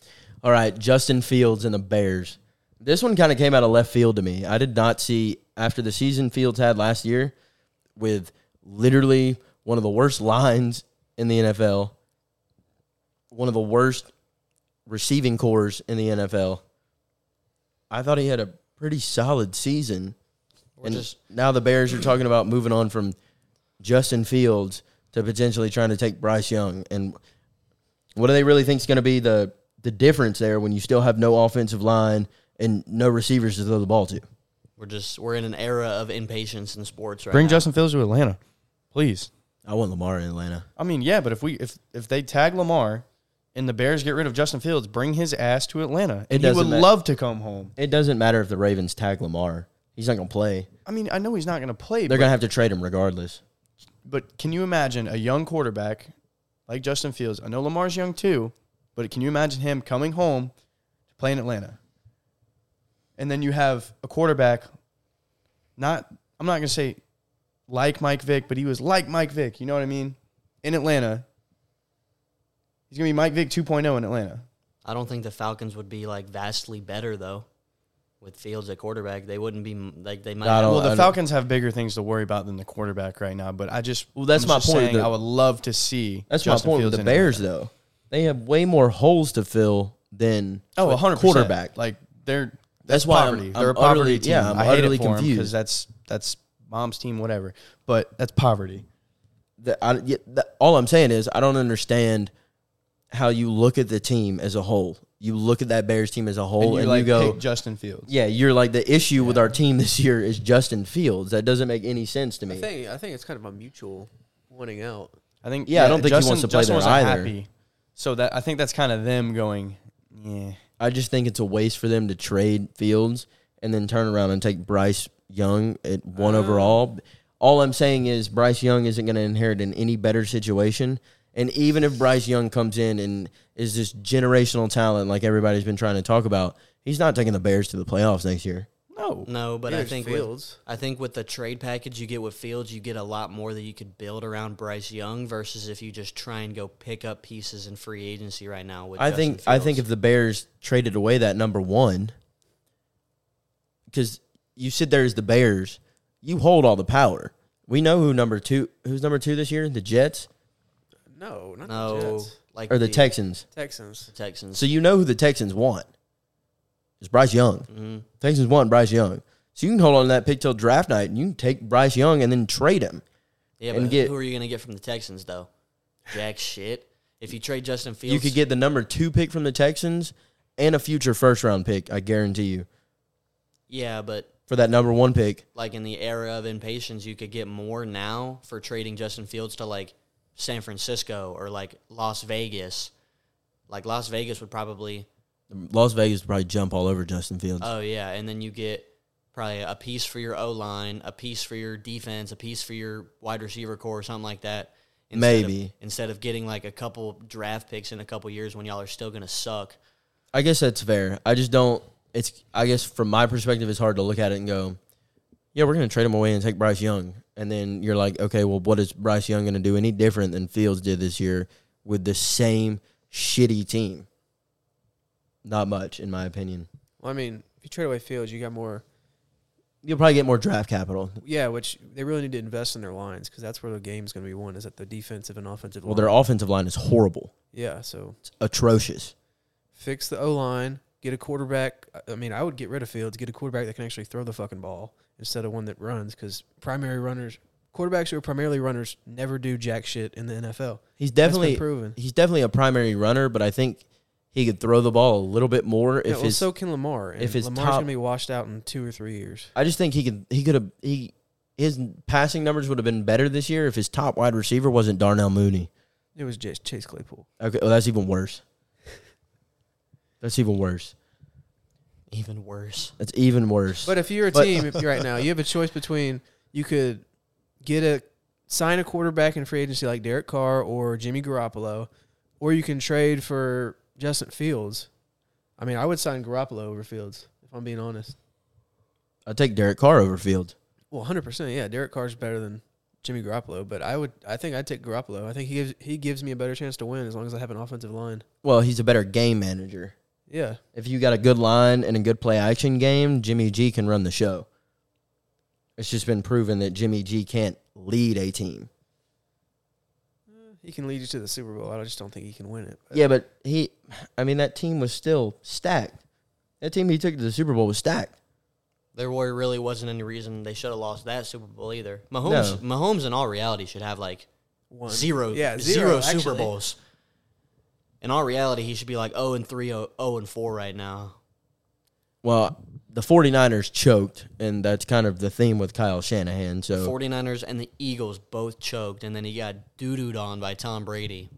Speaker 3: All right, Justin Fields and the Bears. This one kind of came out of left field to me. I did not see after the season Fields had last year with literally one of the worst lines in the NFL, one of the worst receiving cores in the NFL. I thought he had a pretty solid season. and
Speaker 2: just-
Speaker 3: now the Bears are talking about moving on from Justin Fields to potentially trying to take Bryce Young. And what do they really think is going to be the the difference there when you still have no offensive line and no receivers to throw the ball to?
Speaker 2: We're just we're in an era of impatience in sports right
Speaker 1: Bring
Speaker 2: now.
Speaker 1: Justin Fields to Atlanta, please.
Speaker 3: I want Lamar in Atlanta.
Speaker 1: I mean, yeah, but if we if if they tag Lamar and the Bears get rid of Justin Fields, bring his ass to Atlanta, and he
Speaker 3: doesn't
Speaker 1: would
Speaker 3: ma-
Speaker 1: love to come home.
Speaker 3: It doesn't matter if the Ravens tag Lamar. He's not going to play.
Speaker 1: I mean, I know he's not going to play,
Speaker 3: They're
Speaker 1: but,
Speaker 3: going to have to trade him regardless.
Speaker 1: but can you imagine a young quarterback like Justin Fields? I know Lamar's young too, but can you imagine him coming home to play in Atlanta? And then you have a quarterback, not I'm not going to say like Mike Vick, but he was like Mike Vick. You know what I mean? In Atlanta, he's going to be Mike Vick 2.0 in Atlanta.
Speaker 2: I don't think the Falcons would be like vastly better though. With Fields at quarterback, they wouldn't be m- like they might.
Speaker 3: I
Speaker 2: Have,
Speaker 3: don't-
Speaker 1: Well,
Speaker 3: Oh, I
Speaker 1: the Falcons have bigger things to worry about than the quarterback right now. But I just
Speaker 3: Well, that's
Speaker 1: I'm
Speaker 3: my
Speaker 1: just
Speaker 3: point,
Speaker 1: saying
Speaker 3: though.
Speaker 1: I would love to see.
Speaker 3: That's
Speaker 1: Justin
Speaker 3: my point
Speaker 1: Fields
Speaker 3: with
Speaker 1: in
Speaker 3: the Bears,
Speaker 1: Atlanta.
Speaker 3: though. They have way more holes to fill than
Speaker 1: Oh,
Speaker 3: a
Speaker 1: 100
Speaker 3: quarterback.
Speaker 1: Like they're
Speaker 3: That's
Speaker 1: that's
Speaker 3: why I'm-
Speaker 1: poverty.
Speaker 3: I'm
Speaker 1: they're a poverty
Speaker 3: utterly-
Speaker 1: team.
Speaker 3: yeah, I'm
Speaker 1: I hate
Speaker 3: utterly
Speaker 1: it for
Speaker 3: confused.
Speaker 1: because that's that's mom's team, whatever. But that's poverty.
Speaker 3: The- I- yeah, the- all I'm saying is I don't understand how you look at the team as a whole. You look at that Bears team as a whole,
Speaker 1: And
Speaker 3: and
Speaker 1: you like
Speaker 3: go,
Speaker 1: pick Justin Fields.
Speaker 3: "Yeah, you're like the issue with our team this year is Justin Fields." That doesn't make any sense to
Speaker 4: I
Speaker 3: me.
Speaker 4: think I think it's kind of a mutual wanting out.
Speaker 1: I think.
Speaker 3: Yeah, I don't think he
Speaker 1: Justin,
Speaker 3: wants to play
Speaker 1: Justin
Speaker 3: there
Speaker 1: wasn't
Speaker 3: either.
Speaker 1: Happy. So that I think that's kind of them going. Yeah,
Speaker 3: I just think it's a waste for them to trade Fields and then turn around and take Bryce Young at
Speaker 2: Oh.
Speaker 3: one overall. All I'm saying is Bryce Young isn't going to inherit in any better situation. And even if Bryce Young comes in and is this generational talent like everybody's been trying to talk about, he's not taking the Bears to the playoffs next year.
Speaker 1: no.
Speaker 2: no, but I
Speaker 4: Neither's
Speaker 2: think
Speaker 4: Fields.
Speaker 2: With, I think with the trade package you get with Fields, you get a lot more that you could build around Bryce Young versus if you just try and go pick up pieces in free agency right now. With
Speaker 3: I
Speaker 2: Justin
Speaker 3: think I
Speaker 2: Fields.
Speaker 3: think if the Bears traded away that number one, because you sit there as the Bears, you hold all the power. We know who number two, who's number two this year, the Jets
Speaker 4: No, not
Speaker 2: no,
Speaker 4: the Jets.
Speaker 2: like
Speaker 3: or the Texans.
Speaker 4: Texans.
Speaker 2: Texans.
Speaker 3: So you know who the Texans want. It's Bryce Young. Texans want Bryce Young. So you can hold on to that pick till draft night and you can take Bryce Young and then trade him.
Speaker 2: yeah,
Speaker 3: and
Speaker 2: but
Speaker 3: get-
Speaker 2: who are you going to get from the Texans though? Jack shit. If you trade Justin Fields,
Speaker 3: You could get the number two pick from the Texans and a future first round pick, I guarantee you,
Speaker 2: yeah, but
Speaker 3: for that number one pick.
Speaker 2: like in the era of impatience, you could get more now for trading Justin Fields to like San Francisco or like Las Vegas. Like Las Vegas would probably,
Speaker 3: Las Vegas would probably jump all over Justin Fields.
Speaker 2: oh yeah, and then you get probably a piece for your O line, a piece for your defense, a piece for your wide receiver core, or something like that. Instead of-
Speaker 3: Maybe.
Speaker 2: instead of getting like a couple draft picks in a couple years when y'all are still gonna suck.
Speaker 3: I guess that's fair. I just don't. It's I guess from my perspective, it's hard to look at it and go, "Yeah, we're going to trade him away and take Bryce Young," and then you're like, "Okay, well, what is Bryce Young going to do any different than Fields did this year with the same shitty team?" Not much, in my opinion.
Speaker 4: Well, I mean, if you trade away Fields, you got more.
Speaker 3: You'll probably get more draft capital.
Speaker 4: Yeah, which they really need to invest in their lines because that's where the game's going to be won is at the defensive and offensive.
Speaker 3: Well,
Speaker 4: line.
Speaker 3: their offensive line is horrible,
Speaker 4: yeah. So
Speaker 3: it's atrocious.
Speaker 4: fix the O line, get a quarterback. I- I mean, I would get rid of Fields, get a quarterback that can actually throw the fucking ball instead of one that runs because primary runners, quarterbacks who are primarily runners, never do jack shit in the NFL.
Speaker 3: He's
Speaker 4: That's been
Speaker 3: definitely
Speaker 4: proven.
Speaker 3: he's definitely a primary runner, but I think he could throw the ball a little bit more if
Speaker 4: yeah, well,
Speaker 3: his
Speaker 4: so can Lamar. And
Speaker 3: if his
Speaker 4: Lamar's
Speaker 3: top-
Speaker 4: going to be washed out in two or three years.
Speaker 3: I just think he could he could have he his passing numbers would have been better this year if his top wide receiver wasn't Darnell Mooney.
Speaker 4: It was just Chase Claypool.
Speaker 3: Okay, well that's even worse. That's even worse.
Speaker 2: Even worse.
Speaker 3: That's even worse.
Speaker 4: But if you're a
Speaker 3: But-
Speaker 4: team if you're right now, you have a choice between you could get a sign a quarterback in free agency like Derek Carr or Jimmy Garoppolo, or you can trade for Justin Fields. I mean, I would sign Garoppolo over Fields if I'm being honest.
Speaker 3: I take Derek Carr over Fields.
Speaker 4: Well, 100 percent, yeah. Derek Carr's better than Jimmy Garoppolo, but I would I think I'd take Garoppolo. I think he gives he gives me a better chance to win as long as I have an offensive line.
Speaker 3: Well, he's a better game manager.
Speaker 4: Yeah.
Speaker 3: If you got a good line and a good play action game, Jimmy G can run the show. It's just been proven that Jimmy G can't lead a team.
Speaker 4: He can lead you to the Super Bowl. I just don't think he can win it.
Speaker 3: Yeah, but he, I mean, that team was still stacked. That team he took to the Super Bowl was stacked.
Speaker 2: There were- really wasn't any reason they should have lost that Super Bowl either. Mahomes, Mahomes, in all reality, should have like
Speaker 4: One.
Speaker 2: zero,
Speaker 4: Yeah,
Speaker 2: zero
Speaker 4: zero,
Speaker 2: Super
Speaker 4: actually.
Speaker 2: Bowls. In all reality, he should be like zero and three, zero zero and four right now.
Speaker 3: Well, the 49ers choked, and that's kind of the theme with Kyle Shanahan. So,
Speaker 2: 49ers and the Eagles both choked, and then he got doo dooed on by Tom Brady.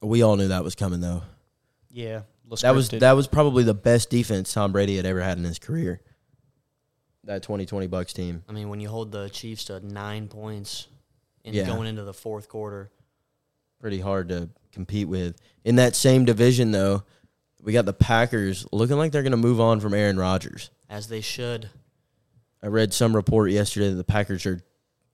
Speaker 3: we all knew that was coming, though.
Speaker 1: Yeah,
Speaker 3: That was that was probably the best defense Tom Brady had ever had in his career. That 2020 Bucks team.
Speaker 2: I mean, when you hold the Chiefs to nine points and
Speaker 3: Yeah.
Speaker 2: going into the fourth quarter,
Speaker 3: pretty hard to compete with. In that same division, though, we got the Packers looking like they're going to move on from Aaron Rodgers.
Speaker 2: as they should.
Speaker 3: I read some report yesterday that the Packers are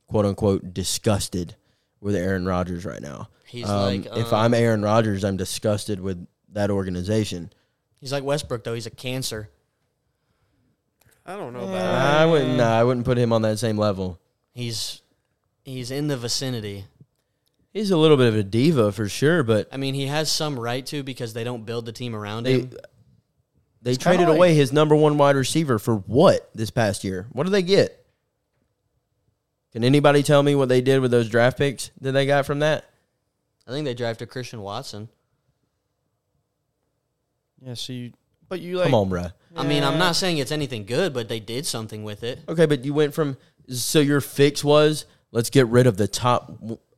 Speaker 3: quote unquote disgusted with Aaron Rodgers right now.
Speaker 2: He's
Speaker 3: Um,
Speaker 2: like,
Speaker 3: if
Speaker 2: um,
Speaker 3: I'm Aaron Rodgers, I'm disgusted with that organization.
Speaker 2: He's like Westbrook, though. He's a cancer.
Speaker 4: I don't know about that.
Speaker 3: I wouldn't. Nah, I wouldn't put him on that same level.
Speaker 2: He's he's in the vicinity.
Speaker 3: He's a little bit of a diva for sure, but
Speaker 2: I mean, he has some right to because they don't build the team around
Speaker 3: they
Speaker 2: him.
Speaker 3: they
Speaker 1: kinda
Speaker 3: traded
Speaker 1: like-
Speaker 3: away his number one wide receiver for what this past year? What did they get? Can anybody tell me what they did with those draft picks that they got from that?
Speaker 2: I think they drafted Christian Watson.
Speaker 1: yeah. So you, but you like
Speaker 3: Come on, bruh.
Speaker 2: I mean, I'm not saying it's anything good, but they did something with it.
Speaker 3: Okay, but you went from so your fix was let's get rid of the top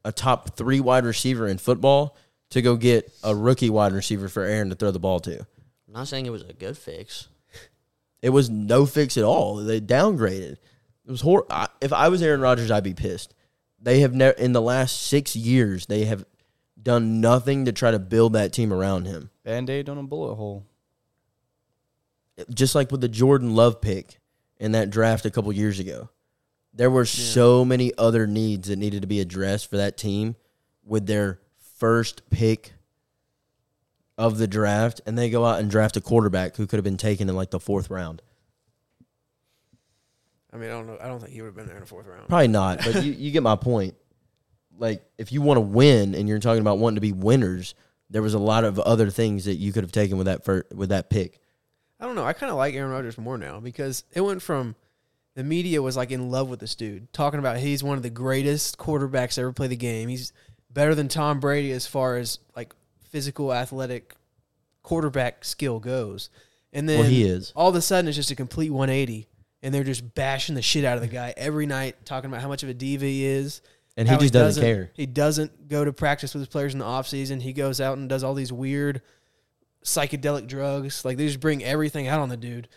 Speaker 3: a top three wide receiver in football to go get a rookie wide receiver for Aaron to throw the ball to.
Speaker 2: I'm not saying it was a good fix.
Speaker 3: It was no fix at all. They downgraded. It was hor- I, If I was Aaron Rodgers, I'd be pissed. They have never in the last six years they have done nothing to try to build that team around him.
Speaker 1: band aid on a bullet hole.
Speaker 3: Just like with the Jordan Love pick in that draft a couple years ago, there were so many other needs that needed to be addressed for that team with their first pick of the draft, and they go out and draft a quarterback who could have been taken in like the fourth round.
Speaker 4: I mean, I don't know. I don't think he would have been there in the fourth round.
Speaker 3: Probably not, but you, you get my point. Like, if you want to win and you're talking about wanting to be winners, there was a lot of other things that you could have taken with that fir- with that pick.
Speaker 4: I don't know. I kind of like Aaron Rodgers more now because it went from the media was like in love with this dude, talking about he's one of the greatest quarterbacks to ever play the game. He's better than Tom Brady as far as like physical, athletic quarterback skill goes. And then
Speaker 3: Well, he is.
Speaker 4: all of a sudden it's just a complete 180 and they're just bashing the shit out of the guy every night talking about how much of a diva he is.
Speaker 3: And he
Speaker 4: how
Speaker 3: just doesn't care.
Speaker 4: He doesn't go to practice with his players in the offseason. He goes out and does all these weird psychedelic drugs. Like they just bring everything out on the dude.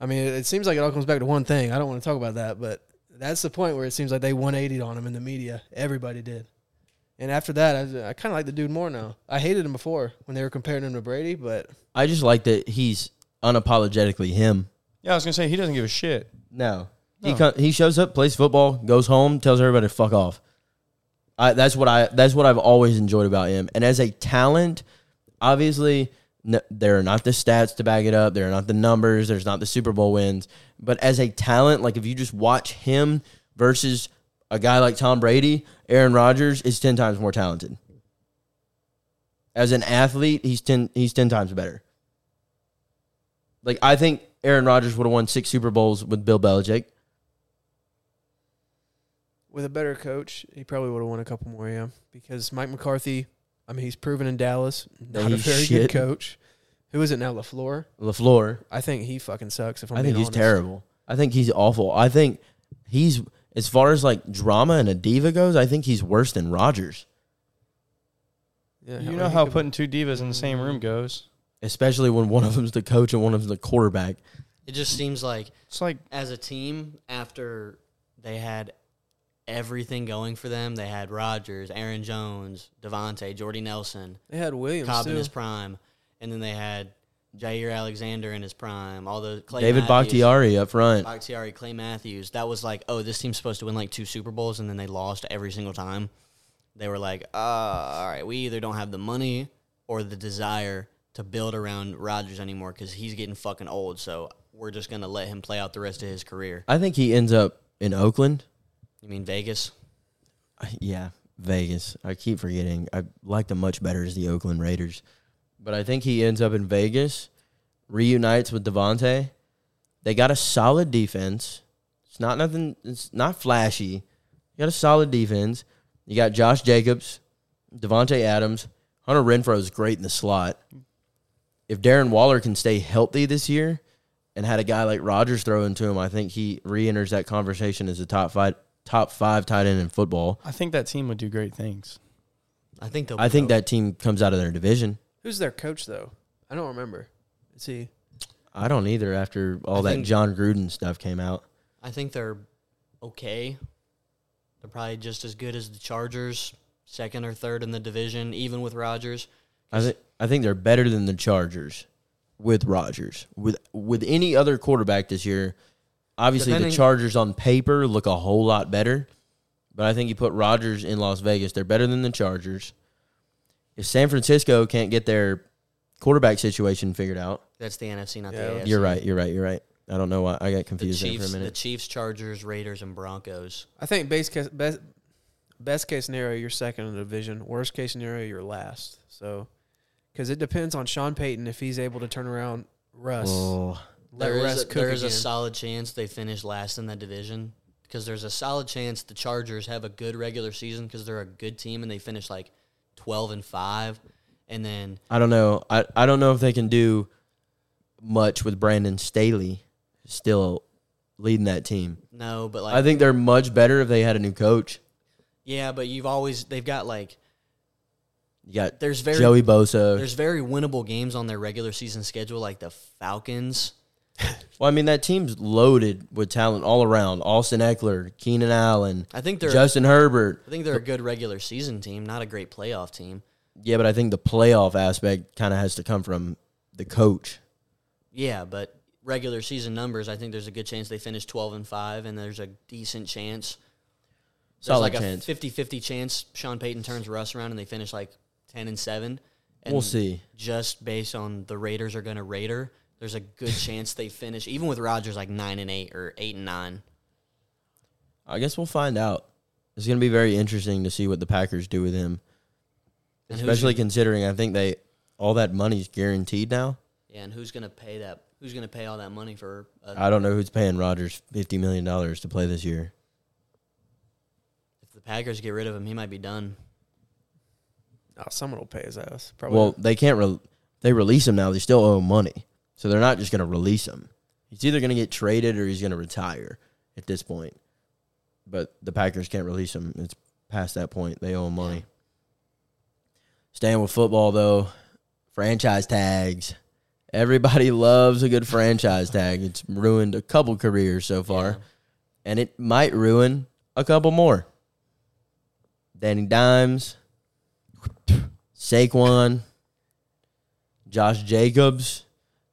Speaker 4: I mean, it, it seems like it all comes back to one thing. I don't want to talk about that, but that's the point where it seems like they 180'd on him in the media. Everybody did. And after that, I, I kind of like the dude more now. I hated him before when they were comparing him to Brady, but
Speaker 3: I just like that he's unapologetically him.
Speaker 1: Yeah, I was gonna say he doesn't give a shit.
Speaker 3: No, he
Speaker 1: No.
Speaker 3: co- he shows up, plays football, goes home, tells everybody to fuck off. I, that's what I that's what I've always enjoyed about him. And as a talent, obviously n there are not the stats to back it up. There are not the numbers. There's not the Super Bowl wins. But as a talent, like if you just watch him versus a guy like Tom Brady, Aaron Rodgers is ten times more talented. As an athlete, he's ten he's ten times better. Like I think Aaron Rodgers would have won six Super Bowls with Bill Belichick.
Speaker 4: with a better coach, he probably would have won a couple more, yeah. Because Mike McCarthy, I mean, he's proven in Dallas, not a
Speaker 3: he's
Speaker 4: very
Speaker 3: shit.
Speaker 4: good coach. Who is it now, LaFleur?
Speaker 3: LaFleur.
Speaker 4: I think he fucking sucks. If I'm
Speaker 3: I think
Speaker 4: being
Speaker 3: he's
Speaker 4: honest.
Speaker 3: terrible. I think he's awful. I think he's as far as like drama and a diva goes, I think he's worse than Rodgers.
Speaker 4: Yeah,
Speaker 1: You
Speaker 4: I
Speaker 1: know
Speaker 4: mean,
Speaker 1: how
Speaker 4: he could-
Speaker 1: putting two divas in the same room goes.
Speaker 3: Especially when one of them's the coach and one of them's the quarterback.
Speaker 2: It just seems like
Speaker 1: It's like
Speaker 2: as a team after they had everything going for them. They had Rodgers, Aaron Jones, Devontae, Jordy Nelson,
Speaker 4: they had Williams
Speaker 2: Cobb in
Speaker 4: too.
Speaker 2: his prime, and then they had Jair Alexander in his prime. All the Clay
Speaker 3: David
Speaker 2: Matthews,
Speaker 3: Bakhtiari up front.
Speaker 2: Bakhtiari, Clay Matthews. That was like, oh, this team's supposed to win like two Super Bowls, and then they lost every single time. They were like, uh, all right, we either don't have the money or the desire to build around Rodgers anymore because he's getting fucking old. So we're just gonna let him play out the rest of his career.
Speaker 3: I think he ends up in Oakland.
Speaker 2: You mean Vegas?
Speaker 3: Yeah, Vegas. I keep forgetting. I like them much better as the Oakland Raiders. But I think he ends up in Vegas, reunites with Devontae. They got a solid defense. It's not nothing it's not flashy. You got a solid defense. You got Josh Jacobs, Devontae Adams, Hunter Renfro is great in the slot. If Darren Waller can stay healthy this year and had a guy like Rodgers throw into him, I think he re enters that conversation as a top five top five tight end in football.
Speaker 1: I think that team would do great things.
Speaker 2: I think they'll.
Speaker 3: I think
Speaker 2: blow.
Speaker 3: that team comes out of their division.
Speaker 4: Who's their coach though? I don't remember. Is he?
Speaker 3: I don't either after all
Speaker 2: I
Speaker 3: that
Speaker 2: think-
Speaker 3: John Gruden stuff came out.
Speaker 2: I think they're okay. They're probably just as good as the Chargers, second or third in the division, even with Rodgers.
Speaker 3: I think I think they're better than the Chargers with Rodgers. With with any other quarterback this year, obviously
Speaker 2: Depending-
Speaker 3: the Chargers on paper look a whole lot better. But I think you put Rodgers in Las Vegas, they're better than the Chargers. If San Francisco can't get their quarterback situation figured out,
Speaker 2: That's the NFC, not
Speaker 4: Yeah,
Speaker 2: the AFC.
Speaker 3: you're right, you're right, you're right. I don't know why I got
Speaker 2: The
Speaker 3: confused there for
Speaker 2: Chiefs,
Speaker 3: a
Speaker 2: the
Speaker 3: minute.
Speaker 2: Chiefs, Chargers, Raiders, and Broncos.
Speaker 4: I think base case best best case scenario you're second in the division. Worst case scenario you're last. So because it depends on Sean Payton if he's able to turn around Russ.
Speaker 3: Oh,
Speaker 4: let
Speaker 2: there
Speaker 4: Russ
Speaker 2: is a,
Speaker 4: cook
Speaker 2: there is a
Speaker 4: again.
Speaker 2: solid chance they finish last in that division because there's a solid chance the Chargers have a good regular season because they're a good team and they finish like twelve and five, and then
Speaker 3: I don't know. I, I don't know if they can do much with Brandon Staley still leading that team.
Speaker 2: no, but like
Speaker 3: I think they're much better if they had a new coach.
Speaker 2: yeah, but you've always they've got like
Speaker 3: You got
Speaker 2: there's very
Speaker 3: Joey Bosa.
Speaker 2: there's very winnable games on their regular season schedule like the Falcons.
Speaker 3: Well, I mean that team's loaded with talent all around. Austin Eckler, Keenan Allen,
Speaker 2: I think they're
Speaker 3: Justin Herbert.
Speaker 2: I think they're a good regular season team, not a great playoff team.
Speaker 3: Yeah, but I think the playoff aspect kind of has to come from the coach.
Speaker 2: Yeah, but regular season numbers, I think there's a good chance they finish 12 and 5 and there's a decent chance. There's
Speaker 3: Solid
Speaker 2: like
Speaker 3: chance.
Speaker 2: a 50-50 chance Sean Payton turns Russ around and they finish like 10 and 7. And
Speaker 3: we'll see.
Speaker 2: Just based on the Raiders are going to Raider, there's a good chance they finish even with Rodgers like 9 and 8 or 8 and 9.
Speaker 3: I guess we'll find out. It's going to be very interesting to see what the Packers do with him,
Speaker 2: And who's-
Speaker 3: especially considering I think they all that money's guaranteed now.
Speaker 2: Yeah, and who's going to pay that? Who's going to pay all that money for uh,
Speaker 3: I don't know who's paying Rodgers fifty million dollars to play this year.
Speaker 2: if the Packers get rid of him, he might be done.
Speaker 4: Oh, someone will pay his ass. Probably.
Speaker 3: Well, they can't. Re- they release him now. They still owe him money, so they're not just going to release him. He's either going to get traded or he's going to retire at this point. But the Packers can't release him. It's past that point. They owe him money. Staying with football though, franchise tags. Everybody loves a good franchise tag. It's ruined a couple careers so far, and it might ruin a couple more. Danny Dimes, Saquon, Josh Jacobs,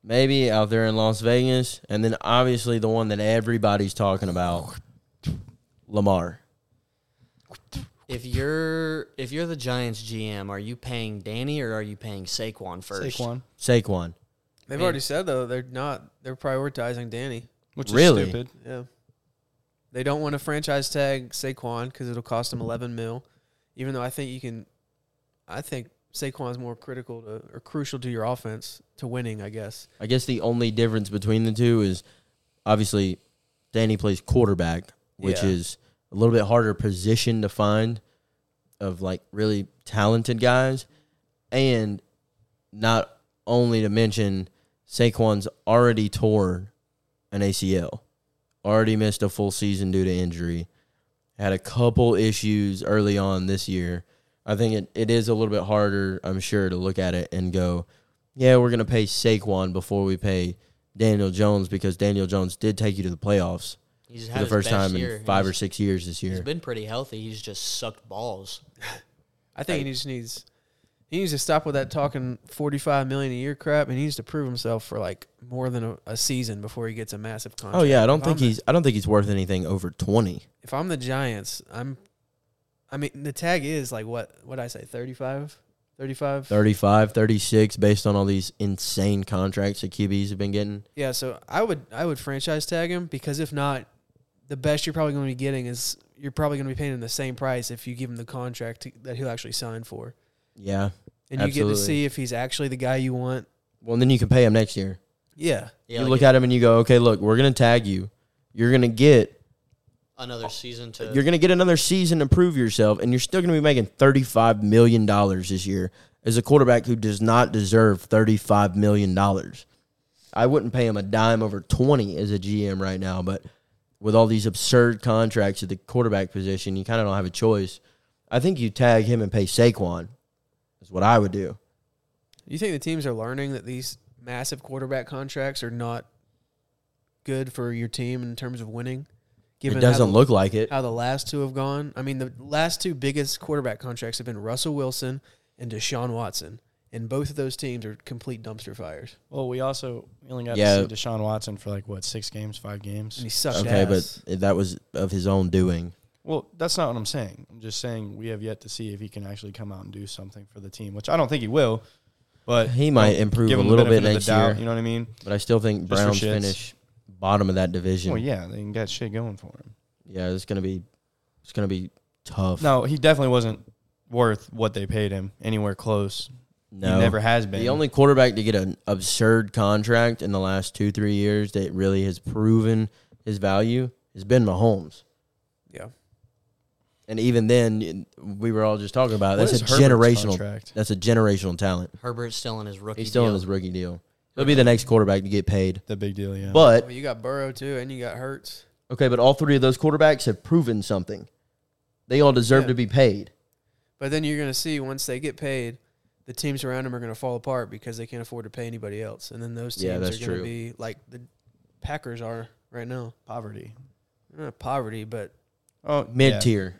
Speaker 3: maybe out there in Las Vegas, and then obviously the one that everybody's talking about, Lamar.
Speaker 2: If you're if you're the Giants GM, are you paying Danny or are you paying Saquon first?
Speaker 1: Saquon,
Speaker 3: Saquon.
Speaker 4: They've
Speaker 2: Man.
Speaker 4: already said though they're not. They're prioritizing Danny.
Speaker 1: which is
Speaker 3: Really?
Speaker 1: stupid.
Speaker 4: Yeah. They don't want to franchise tag Saquon because it'll cost them 11 mil. Even though I think you can, I think Saquon's more critical to or crucial to your offense to winning. I guess.
Speaker 3: I guess the only difference between the two is obviously Danny plays quarterback, which
Speaker 4: Yeah.
Speaker 3: is a little bit harder position to find of like really talented guys. And not only to mention Saquon's already torn an ACL, already missed a full season due to injury, had a couple issues early on this year. I think it, it is a little bit harder, I'm sure, to look at it and go, yeah, we're going to pay Saquon before we pay Daniel Jones because Daniel Jones did take you to the playoffs
Speaker 2: He's
Speaker 3: for
Speaker 2: had
Speaker 3: the first time in five or
Speaker 2: He's-
Speaker 3: six years this
Speaker 2: He's
Speaker 3: year.
Speaker 2: been pretty healthy. He's just sucked balls.
Speaker 4: I think he just needs he needs to stop with that talking 45 million a year crap, and he needs to prove himself for like more than a, a season before he gets a massive contract.
Speaker 3: Oh yeah, I don't
Speaker 4: If
Speaker 3: think
Speaker 4: I'm the-
Speaker 3: he's I don't think he's worth anything over twenty.
Speaker 4: If I'm the Giants, I'm. I mean, the tag is like what? What I say, 35, 35 35.
Speaker 3: 35, 36, based on all these insane contracts that QBs have been getting.
Speaker 4: Yeah, so I would I would franchise tag him because if not, the best you're probably going to be getting is you're probably going to be paying him the same price if you give him the contract to, that he'll actually sign for,
Speaker 3: Yeah.
Speaker 4: and you get
Speaker 3: Absolutely.
Speaker 4: to see if he's actually the guy you want.
Speaker 3: Well, and then you can pay him next year.
Speaker 4: Yeah,
Speaker 2: Yeah,
Speaker 3: you
Speaker 2: like
Speaker 3: look
Speaker 2: a-
Speaker 3: at him and you go, okay, look, we're gonna tag you. You're gonna get
Speaker 2: another season to
Speaker 3: you're gonna get another season to prove yourself, and you're still gonna be making thirty five million dollars this year as a quarterback who does not deserve thirty five million dollars. I wouldn't pay him a dime over twenty as a GM right now, but with all these absurd contracts at the quarterback position, you kind of don't have a choice. I think you tag him and pay Saquon is what I would do.
Speaker 4: you think the teams are learning that these massive quarterback contracts are not good for your team in terms of winning?
Speaker 3: It
Speaker 4: how
Speaker 3: doesn't
Speaker 4: the-
Speaker 3: look like it.
Speaker 4: how the last two have gone. I mean, the last two biggest quarterback contracts have been Russell Wilson and Deshaun Watson, and both of those teams are complete dumpster fires.
Speaker 1: Well, we also we only got
Speaker 3: Yeah.
Speaker 1: to see Deshaun Watson for like what six games, five games.
Speaker 4: And he sucked
Speaker 3: Okay,
Speaker 4: ass.
Speaker 3: but that was of his own doing.
Speaker 1: Well, that's not what I'm saying. I'm just saying we have yet to see if he can actually come out and do something for the team, which I don't think he will. But
Speaker 3: He might improve a little bit next year.
Speaker 1: You know what I mean?
Speaker 3: But I still think
Speaker 1: Just for
Speaker 3: Browns
Speaker 1: shits.
Speaker 3: finish bottom of that division.
Speaker 1: Well,
Speaker 3: yeah.
Speaker 1: yeah, they can got shit going for him.
Speaker 3: it's gonna be it's gonna be tough.
Speaker 1: No, he definitely wasn't worth what they paid him anywhere close.
Speaker 3: no.
Speaker 1: He never has been.
Speaker 3: the only quarterback to get an absurd contract in the last two three years that really has proven his value has been Mahomes.
Speaker 4: yeah,
Speaker 3: And even then, we were all just talking about
Speaker 1: What
Speaker 3: it. that's
Speaker 1: is
Speaker 3: a
Speaker 1: Herbert's
Speaker 3: generational.
Speaker 1: contract?
Speaker 3: That's a generational talent.
Speaker 2: Herbert's still in his rookie.
Speaker 3: He's still in
Speaker 2: deal.
Speaker 3: his rookie deal. He'll be the next quarterback to get paid.
Speaker 1: The big deal, yeah.
Speaker 3: But
Speaker 4: well, you got Burrow too, and you got Hurts.
Speaker 3: Okay, but all three of those quarterbacks have proven something. They all deserve
Speaker 4: Yeah.
Speaker 3: to be paid.
Speaker 4: But then you're going to see once they get paid, the teams around them are going to fall apart because they can't afford to pay anybody else, and then those teams
Speaker 3: Yeah, that's
Speaker 4: are going
Speaker 3: true.
Speaker 4: to be like the Packers are right now.
Speaker 1: poverty.
Speaker 4: Not poverty, but
Speaker 1: Oh,
Speaker 3: Mid tier.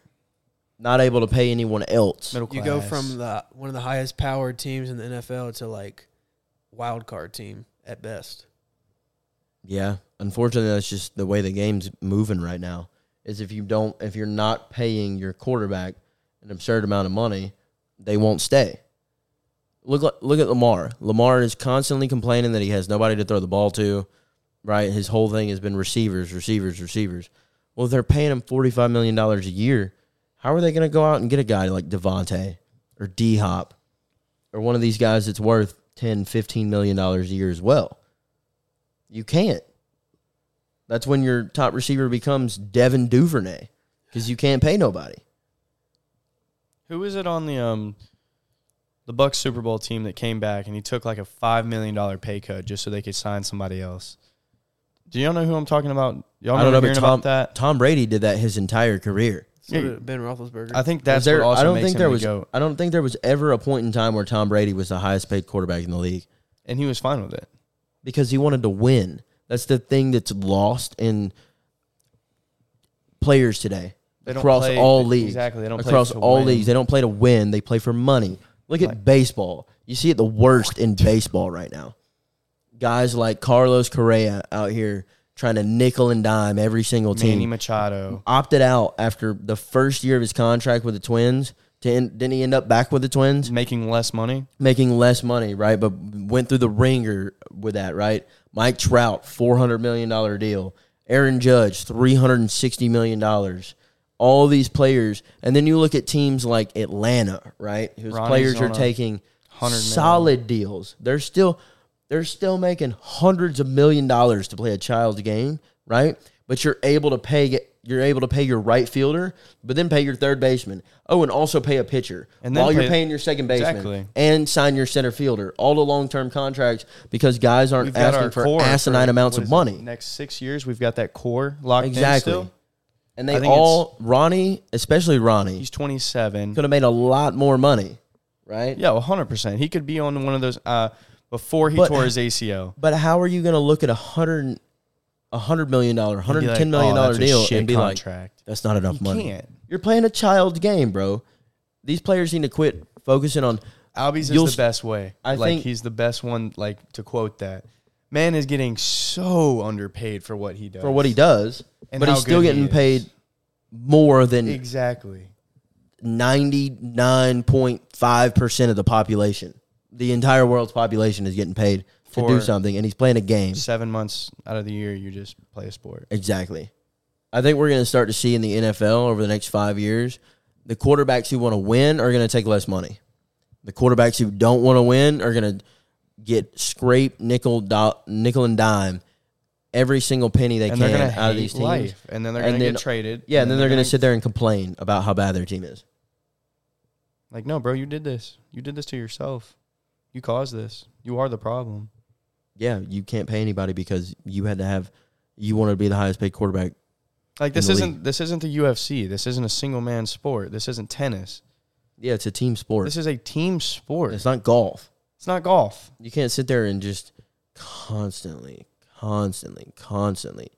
Speaker 3: Not able to pay anyone else.
Speaker 1: yeah. middle class.
Speaker 4: you go from the one of the highest powered teams in the NFL to like wild card team at best.
Speaker 3: Yeah. Unfortunately, that's just the way the game's moving right now. Is if you don't if you're not paying your quarterback an absurd amount of money, they won't stay. Look like, look at Lamar. Lamar is constantly complaining that he has nobody to throw the ball to. Right? His whole thing has been receivers, receivers, receivers. Well, if they're paying him forty five million dollars a year, how are they gonna go out and get a guy like Devontae or D Hop or one of these guys that's worth 10, 15 million dollars a year as well? You can't. That's when your top receiver becomes Devin Duvernay because you can't pay nobody.
Speaker 1: Who is it on the um the Bucks Super Bowl team that came back and he took like a five million dollar pay cut just so they could sign somebody else? Do y'all know who I'm talking about? Y'all
Speaker 3: I don't know,
Speaker 1: remember
Speaker 3: but
Speaker 1: hearing
Speaker 3: Tom,
Speaker 1: about that?
Speaker 3: Tom Brady did that his entire career.
Speaker 4: So
Speaker 1: Yeah.
Speaker 4: did Ben Roethlisberger.
Speaker 1: I think that's
Speaker 3: Was there-
Speaker 1: what also
Speaker 3: I don't
Speaker 1: makes
Speaker 3: think
Speaker 1: him
Speaker 3: there
Speaker 1: the
Speaker 3: was.
Speaker 1: goat.
Speaker 3: I don't think there was ever a point in time where Tom Brady was the highest paid quarterback in the league
Speaker 1: and he was fine with it.
Speaker 3: because he wanted to win. That's the thing that's lost in players today
Speaker 1: They don't
Speaker 3: across
Speaker 1: play-
Speaker 3: all leagues.
Speaker 1: exactly, they don't play
Speaker 3: across
Speaker 1: to
Speaker 3: all
Speaker 1: win.
Speaker 3: leagues. They don't play to win. They play for money. Look at baseball. You see it the worst in baseball right now. Guys like Carlos Correa out here trying to nickel and dime every single team
Speaker 1: Manny Machado.
Speaker 3: opted out after the first year of his contract with the Twins. To end, didn't he end up back with the Twins?
Speaker 1: Making less money.
Speaker 3: making less money, right? But went through the ringer with that, right? Mike Trout, four hundred million dollar deal. Aaron Judge, three hundred and sixty million dollars. All these players, and then you look at teams like Atlanta, right? Whose
Speaker 1: Ronnie
Speaker 3: players are
Speaker 1: Zona,
Speaker 3: taking
Speaker 1: 100 million.
Speaker 3: solid deals. They're still they're still making hundreds of million dollars to play a child's game, right? But you're able to pay you're able to pay your right fielder, but then pay your third baseman. Oh, and also pay a pitcher
Speaker 1: And then
Speaker 3: while you're
Speaker 1: pay-
Speaker 3: paying your second baseman
Speaker 1: Exactly.
Speaker 3: and sign your center fielder. All the long term contracts because guys aren't
Speaker 1: We've got
Speaker 3: asking
Speaker 1: our
Speaker 3: for
Speaker 1: core
Speaker 3: asinine
Speaker 1: for,
Speaker 3: amounts
Speaker 1: what
Speaker 3: of
Speaker 1: is it,
Speaker 3: money.
Speaker 1: Next six years, we've got that core locked in
Speaker 3: Exactly.
Speaker 1: still.
Speaker 3: And
Speaker 1: I
Speaker 3: they
Speaker 1: think
Speaker 3: all Ronnie, especially Ronnie,
Speaker 1: He's 27.
Speaker 3: could have made a lot more money, right?
Speaker 1: Yeah, 100. percent He could be on one of those uh, before he
Speaker 3: But-
Speaker 1: tore his ACL.
Speaker 3: But how are you going to look at a hundred, a hundred million dollar, hundred ten
Speaker 1: "Oh,
Speaker 3: million dollar deal and be like, that's not enough
Speaker 1: You
Speaker 3: money?
Speaker 1: can't.
Speaker 3: You're playing a child's game, bro. These players need to quit focusing on.
Speaker 1: Albie's
Speaker 3: You'll
Speaker 1: is
Speaker 3: s-
Speaker 1: the best way.
Speaker 3: I
Speaker 1: like
Speaker 3: think-
Speaker 1: he's the best one. Like to quote that, man is getting so underpaid for what he does.
Speaker 3: for what he does,
Speaker 1: And
Speaker 3: but
Speaker 1: how
Speaker 3: he's still
Speaker 1: good he
Speaker 3: getting
Speaker 1: is.
Speaker 3: paid more than
Speaker 1: exactly.
Speaker 3: ninety nine point five percent of the population. The entire world's population is getting paid to do
Speaker 1: For-
Speaker 3: something, and he's playing a game.
Speaker 1: Seven months out of the year, you just play a sport.
Speaker 3: Exactly. I think we're going to start to see in the NFL over the next five years, the quarterbacks who want to win are going to take less money. The quarterbacks who don't want to win are going to get scraped nickel, do- nickel and dime every single penny they
Speaker 1: and
Speaker 3: can
Speaker 1: they're gonna
Speaker 3: out of
Speaker 1: hate
Speaker 3: these teams.
Speaker 1: life, and then they're
Speaker 3: And
Speaker 1: gonna
Speaker 3: then-
Speaker 1: get traded.
Speaker 3: Yeah, and then they're going to sit there and complain about how bad their team is.
Speaker 1: like, no, bro, you did this. You did this to yourself. You caused this. You are the problem.
Speaker 3: Yeah, you can't pay anybody because you had to have, you wanted to be the highest paid quarterback.
Speaker 1: Like
Speaker 3: In
Speaker 1: this
Speaker 3: the
Speaker 1: isn't this isn't the UFC. This isn't a single man sport. This isn't tennis.
Speaker 3: Yeah, it's a team sport.
Speaker 1: This is a team sport.
Speaker 3: it's not golf.
Speaker 1: It's not golf.
Speaker 3: You can't sit there and just constantly, constantly, constantly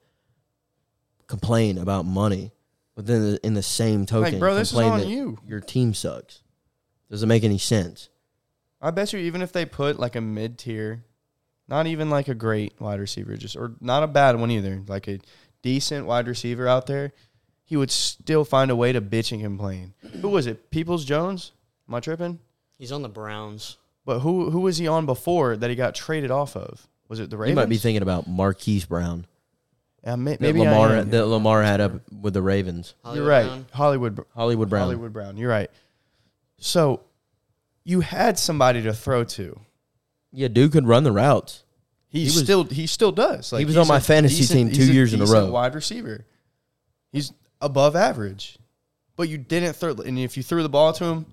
Speaker 3: complain about money, but then the- in the same token,
Speaker 1: Like, bro, this is
Speaker 3: complain
Speaker 1: on
Speaker 3: that
Speaker 1: you.
Speaker 3: Your team sucks. Doesn't make any sense.
Speaker 1: I bet you even if they put like a mid tier, not even like a great wide receiver, just or not a bad one either, like a decent wide receiver out there, he would still find a way to bitch and complain. Who was it? Peoples Jones? Am I tripping?
Speaker 2: He's on the Browns.
Speaker 1: But who who was he on before that he got traded off of? Was it the Ravens?
Speaker 3: You might be thinking about Marquise Brown.
Speaker 1: Uh, may-
Speaker 3: Maybe
Speaker 1: maybe
Speaker 3: Lamar
Speaker 1: I am.
Speaker 3: that Lamar had up with the Ravens.
Speaker 1: You're
Speaker 2: Hollywood
Speaker 1: right.
Speaker 2: Brown.
Speaker 1: Hollywood Br-
Speaker 3: Hollywood Brown.
Speaker 1: Hollywood Brown. You're right. So you had somebody to throw to.
Speaker 3: Yeah, dude could run the routes.
Speaker 1: He,
Speaker 3: He was-
Speaker 1: still he still does. Like
Speaker 3: He was
Speaker 1: he's
Speaker 3: on my
Speaker 1: a
Speaker 3: fantasy team two
Speaker 1: he's a
Speaker 3: years in a
Speaker 1: decent
Speaker 3: row.
Speaker 1: Wide receiver. He's above average, but you didn't throw. And if you threw the ball to him,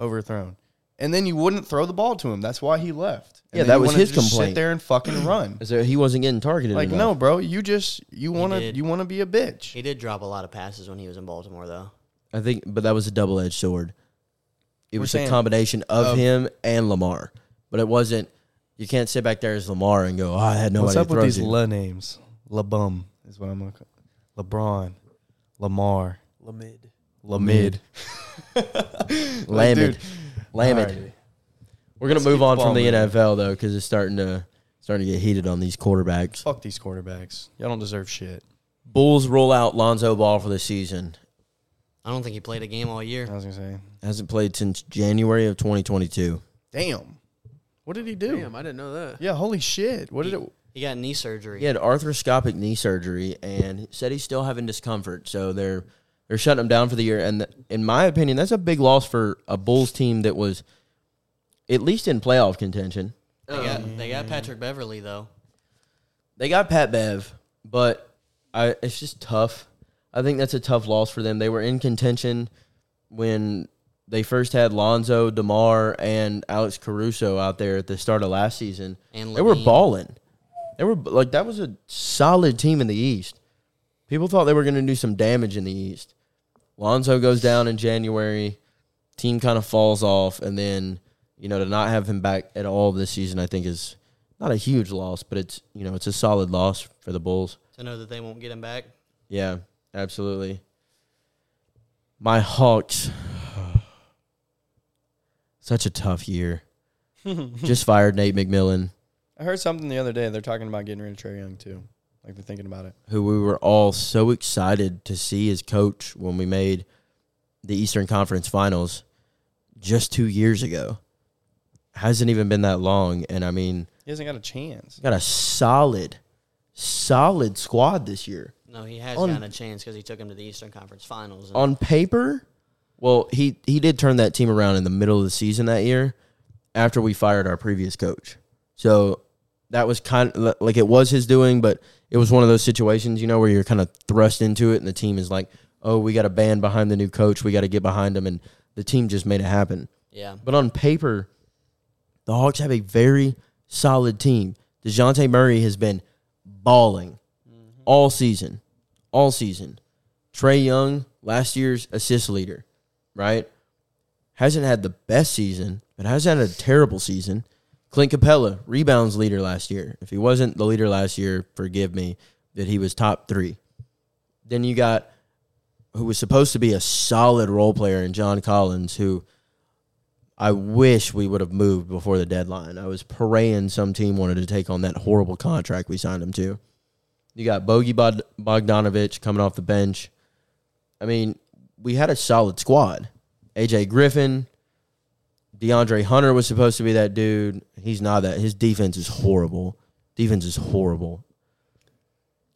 Speaker 1: overthrown. And then you wouldn't throw the ball to him. That's why he left. And
Speaker 3: Yeah,
Speaker 1: then
Speaker 3: that
Speaker 1: you
Speaker 3: was
Speaker 1: wanted
Speaker 3: his
Speaker 1: to just
Speaker 3: complaint.
Speaker 1: Sit there and fucking run.
Speaker 3: Is there, he wasn't getting targeted.
Speaker 1: like
Speaker 3: enough.
Speaker 1: no, bro. You just you want to
Speaker 2: did.
Speaker 1: you want to be a bitch.
Speaker 2: He did drop a lot of passes when he was in Baltimore, though.
Speaker 3: I think, but that was a double edged sword. It
Speaker 1: We're
Speaker 3: was a
Speaker 1: saying-
Speaker 3: combination of,
Speaker 1: of-
Speaker 3: him and Lamar, but it wasn't. You can't sit back there as Lamar and go, "Oh, I had nobody."
Speaker 1: What's up
Speaker 3: to
Speaker 1: with
Speaker 3: throw
Speaker 1: these
Speaker 3: to."
Speaker 1: le names? LeBum is what I'm gonna call. LeBron, Lamar,
Speaker 4: Lamid.
Speaker 1: Lamid.
Speaker 3: Lamed.
Speaker 1: dude.
Speaker 3: Lamed.
Speaker 1: Alrighty.
Speaker 3: We're gonna
Speaker 1: Let's
Speaker 3: move
Speaker 1: get
Speaker 3: on
Speaker 1: the ball
Speaker 3: from the
Speaker 1: moving.
Speaker 3: NFL though, because it's starting to starting to get heated on these quarterbacks.
Speaker 1: Fuck these quarterbacks. Y'all don't deserve shit.
Speaker 3: Bulls roll out Lonzo Ball for the season.
Speaker 2: I don't think he played a game all year.
Speaker 1: I was gonna say.
Speaker 3: Hasn't played since January of 2022.
Speaker 1: Damn. What did he do?
Speaker 4: Damn, I didn't know that.
Speaker 1: Yeah, holy shit. What did it
Speaker 2: He got knee surgery.
Speaker 3: He had arthroscopic knee surgery and said he's still having discomfort, so they're they're shutting him down for the year. And th- in my opinion, that's a big loss for a Bulls team that was at least in playoff contention.
Speaker 2: They
Speaker 3: Um,
Speaker 2: got they got Patrick Beverly though.
Speaker 3: They got Pat Bev, but I it's just tough. I think that's a tough loss for them. They were in contention when they first had Lonzo, DeMar, and Alex Caruso out there at the start of last season.
Speaker 2: And
Speaker 3: they were
Speaker 2: Levine.
Speaker 3: balling. They were like that was a solid team in the East. People thought they were going to do some damage in the East. Lonzo goes down in January. Team kind of falls off, and then you know to not have him back at all this season, I think is not a huge loss, but it's you know it's a solid loss for the Bulls.
Speaker 2: To know that they won't get him back.
Speaker 3: Yeah, absolutely. My Hawks. Such a tough year. Just fired Nate McMillan,
Speaker 1: I heard something the other day. They're talking about getting rid of Trey Young too. Like they're thinking about it.
Speaker 3: who we were all so excited to see as coach when we made the Eastern Conference Finals just two years ago. Hasn't even been that long. And I mean,
Speaker 1: He hasn't got a chance.
Speaker 3: got a solid, solid squad this year.
Speaker 2: No, he has
Speaker 3: On-
Speaker 2: gotten a chance because he took him to the Eastern Conference Finals. And
Speaker 3: on paper, well, he he did turn that team around in the middle of the season that year after we fired our previous coach. So that was kind of like it was his doing, but it was one of those situations, you know, where you're kind of thrust into it and the team is like, "Oh, we got to band behind the new coach. We got to get behind him." And the team just made it happen.
Speaker 2: yeah,
Speaker 3: But on paper, the Hawks have a very solid team. DeJounte Murray has been balling all season. All season. Trey Young, last year's assist leader, right? Hasn't had the best season, but hasn't had a terrible season. Clint Capella, rebounds leader last year. If he wasn't the leader last year, forgive me that he was top three. Then you got who was supposed to be a solid role player in John Collins, who I wish we would have moved before the deadline. I was praying some team wanted to take on that horrible contract we signed him to. You got Bogey Bod- Bogdanovich coming off the bench. I mean, we had a solid squad. AJ Griffin, DeAndre Hunter was supposed to be that dude. He's not that. His defense is horrible. Defense is horrible,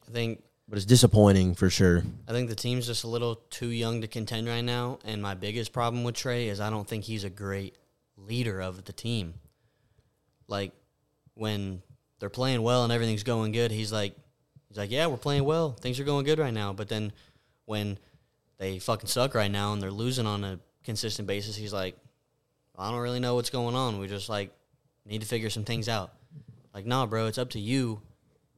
Speaker 2: I think
Speaker 3: but it's disappointing for sure.
Speaker 2: I think the team's just a little too young to contend right now. And my biggest problem with Trey is I don't think he's a great leader of the team. Like when they're playing well and everything's going good, he's like, he's like, yeah, we're playing well, things are going good right now. But then when they fucking suck right now and they're losing on a consistent basis, he's like, I don't really know what's going on. We just like need to figure some things out. Like, nah, bro, it's up to you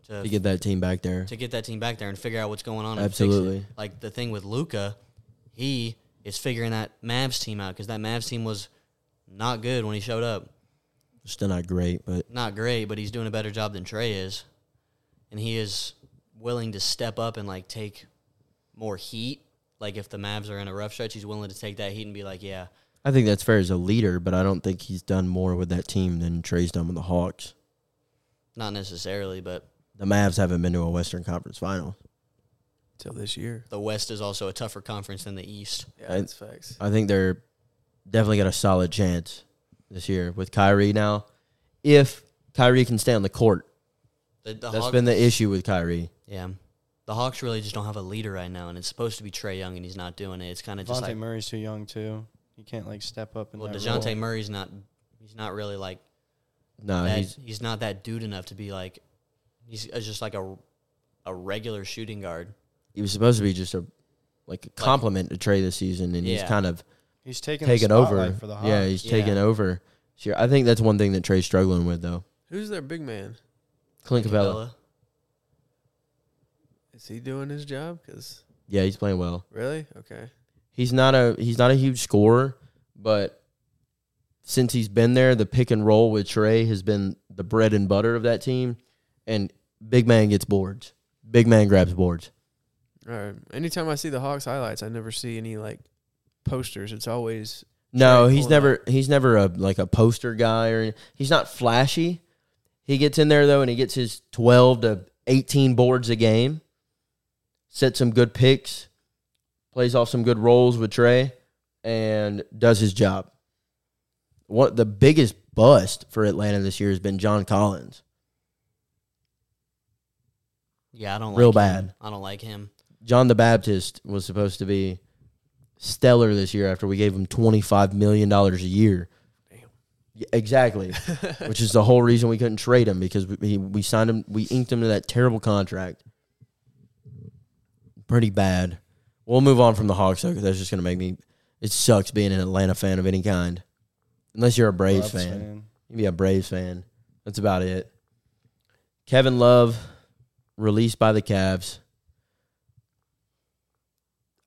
Speaker 2: to
Speaker 3: To get that team back there,
Speaker 2: to get that team back there and figure out what's going on. and fix
Speaker 3: Absolutely.
Speaker 2: it. Like the thing with Luca, he is figuring that Mavs team out because that Mavs team was not good when he showed up.
Speaker 3: still not great, but
Speaker 2: Not great, but he's doing a better job than Trey is, and he is willing to step up and like take more heat. Like if the Mavs are in a rough stretch, he's willing to take that heat and be like, yeah,
Speaker 3: I think that's fair as a leader. But I don't think he's done more with that team than Trey's done with the Hawks.
Speaker 2: not necessarily, but
Speaker 3: The Mavs haven't been to a Western Conference Final.
Speaker 4: till this year.
Speaker 2: the West is also a tougher conference than the East.
Speaker 4: Yeah,
Speaker 3: I-
Speaker 4: that's facts.
Speaker 3: I think they're definitely got a solid chance this year with Kyrie now. If Kyrie can stay on the court,
Speaker 2: The, the
Speaker 3: that's
Speaker 2: Hawks-
Speaker 3: been the issue with Kyrie.
Speaker 2: Yeah. The Hawks really just don't have a leader right now, and it's supposed to be Trey Young, and he's not doing it. It's kind of
Speaker 1: Devontae
Speaker 2: just like,
Speaker 1: Murray's too young too. He can't like step up. In
Speaker 2: well,
Speaker 1: that
Speaker 2: DeJounte
Speaker 1: role.
Speaker 2: Murray's not, he's not really like,
Speaker 3: No,
Speaker 2: that,
Speaker 3: he's
Speaker 2: he's, not that dude enough to be like, he's uh, just like a, a regular shooting guard.
Speaker 3: he was supposed to be just a like a compliment to Trey this season, and he's
Speaker 2: Yeah.
Speaker 3: kind of
Speaker 1: He's taking
Speaker 3: taken
Speaker 1: the
Speaker 3: over.
Speaker 1: spotlight for the Hawks.
Speaker 3: yeah, he's taken
Speaker 2: Yeah.
Speaker 3: over. Sure, I think that's one thing that Trey's struggling with though.
Speaker 4: Who's their big man?
Speaker 3: Clint Capella.
Speaker 2: uh,
Speaker 4: Is he doing his job? Because
Speaker 3: Yeah, he's playing well.
Speaker 4: really, okay,
Speaker 3: He's not a he's not a huge scorer, but since he's been there, the pick and roll with Trey has been the bread and butter of that team. And big man gets boards. Big man grabs boards.
Speaker 4: all right. Anytime I see the Hawks highlights, I never see any like posters. It's always
Speaker 3: No,
Speaker 4: Trey
Speaker 3: he's
Speaker 4: pulling
Speaker 3: never he's never a like a poster guy or any- he's not flashy. He gets in there though and he gets his 12 to 18 boards a game. Sets some good picks, plays off some good roles with Trey and does his job. What the biggest bust for Atlanta this year has been John Collins.
Speaker 2: Yeah, I don't
Speaker 3: Real
Speaker 2: like him.
Speaker 3: bad.
Speaker 2: I don't like him.
Speaker 3: John the Baptist was supposed to be stellar this year after we gave him $25 million a year.
Speaker 4: Damn.
Speaker 3: Yeah, exactly. Which is the whole reason we couldn't trade him because we, he- we signed him, we inked him to that terrible contract. Pretty bad. We'll move on from the Hawks, though, 'cause that's just going to make me. It sucks being an Atlanta fan of any kind. Unless you're a Braves
Speaker 1: Bucks
Speaker 3: fan. You'd be a Braves fan. That's about it. Kevin Love released by the Cavs.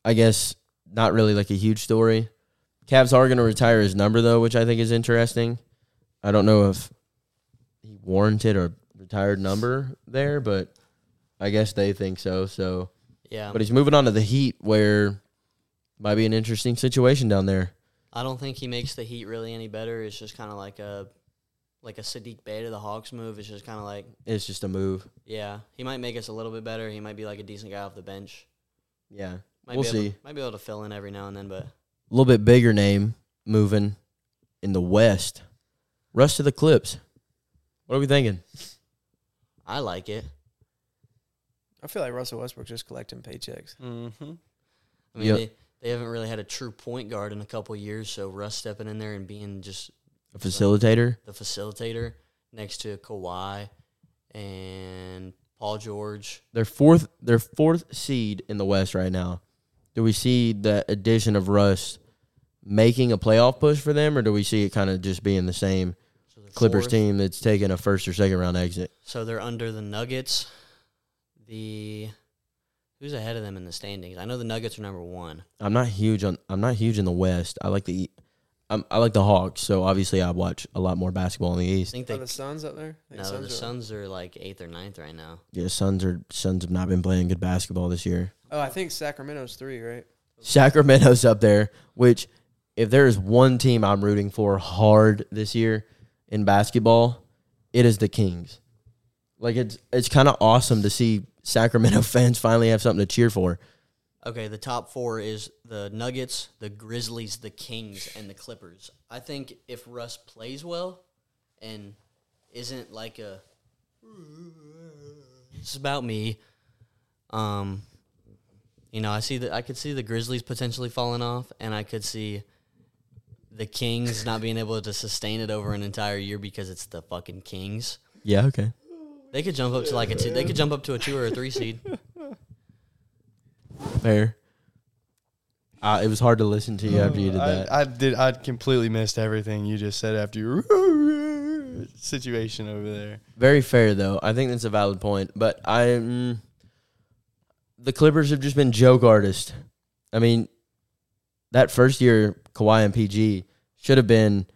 Speaker 3: I guess not really like a huge story. Cavs are going to retire his number though, which I think is interesting. I don't know if he warranted a retired number there, but I guess they think so. So,
Speaker 2: Yeah.
Speaker 3: but he's moving on to the Heat, where might be an interesting situation down there.
Speaker 2: I don't think he makes the Heat really any better. It's just kind of like a, like a Sadiq Bay to the Hawks move. It's just kind of like,
Speaker 3: It's just a move.
Speaker 2: yeah, he might make us a little bit better. He might be like a decent guy off the bench.
Speaker 3: Yeah,
Speaker 2: Might
Speaker 3: We'll
Speaker 2: be able-
Speaker 3: see.
Speaker 2: might be able to fill in every now and then, but
Speaker 3: a little bit bigger name moving in the West. Rush to the Clips. What are we thinking?
Speaker 2: I like it.
Speaker 4: I feel like Russell Westbrook's just collecting paychecks.
Speaker 1: Mm-hmm.
Speaker 2: I mean,
Speaker 3: Yep.
Speaker 2: they, they haven't really had a true point guard in a couple years, so Russ stepping in there and being just
Speaker 3: A facilitator.
Speaker 2: the facilitator next to Kawhi and Paul George.
Speaker 3: They're fourth. They're fourth seed in the West right now. Do we see the addition of Russ making a playoff push for them, or do we see it kind of just being the same
Speaker 2: So they're
Speaker 3: Clippers
Speaker 2: fourth.
Speaker 3: team that's taking a first or second round exit?
Speaker 2: So they're under the Nuggets. The who's ahead of them in the standings? I know the Nuggets are number one.
Speaker 3: I'm not huge on. I'm not huge in the West. I like the. E, I'm, I like the Hawks, so obviously I watch a lot more basketball in the
Speaker 2: I
Speaker 3: East.
Speaker 2: think
Speaker 4: Are
Speaker 2: they.
Speaker 4: Oh, the Suns up there? I think
Speaker 2: No, the
Speaker 4: are-
Speaker 2: Suns are like eighth or ninth right now.
Speaker 3: Yeah, Suns are Suns have not been playing good basketball this year.
Speaker 4: Oh, I think Sacramento's three, right?
Speaker 3: Sacramento's up there, which if there is one team I'm rooting for hard this year in basketball, it is the Kings. Like it's it's kind of awesome to see Sacramento fans finally have something to cheer for.
Speaker 2: okay, the top four is the Nuggets, the Grizzlies, the Kings, and the Clippers. I think if Russ plays well and isn't like a this is about me. Um, you know, I see that I could see the Grizzlies potentially falling off, and I could see the Kings not being able to sustain it over an entire year because it's the fucking Kings.
Speaker 3: Yeah, okay.
Speaker 2: They could jump up to like a two. They could jump up to a two or a three seed.
Speaker 3: Fair. Uh, it was hard to listen to you after you did
Speaker 1: I,
Speaker 3: that.
Speaker 1: I did. I completely missed everything you just said after your situation over there.
Speaker 3: Very fair though. I think that's a valid point. But I, mm, the Clippers have just been joke artists. I mean, that first year Kawhi and PG should have been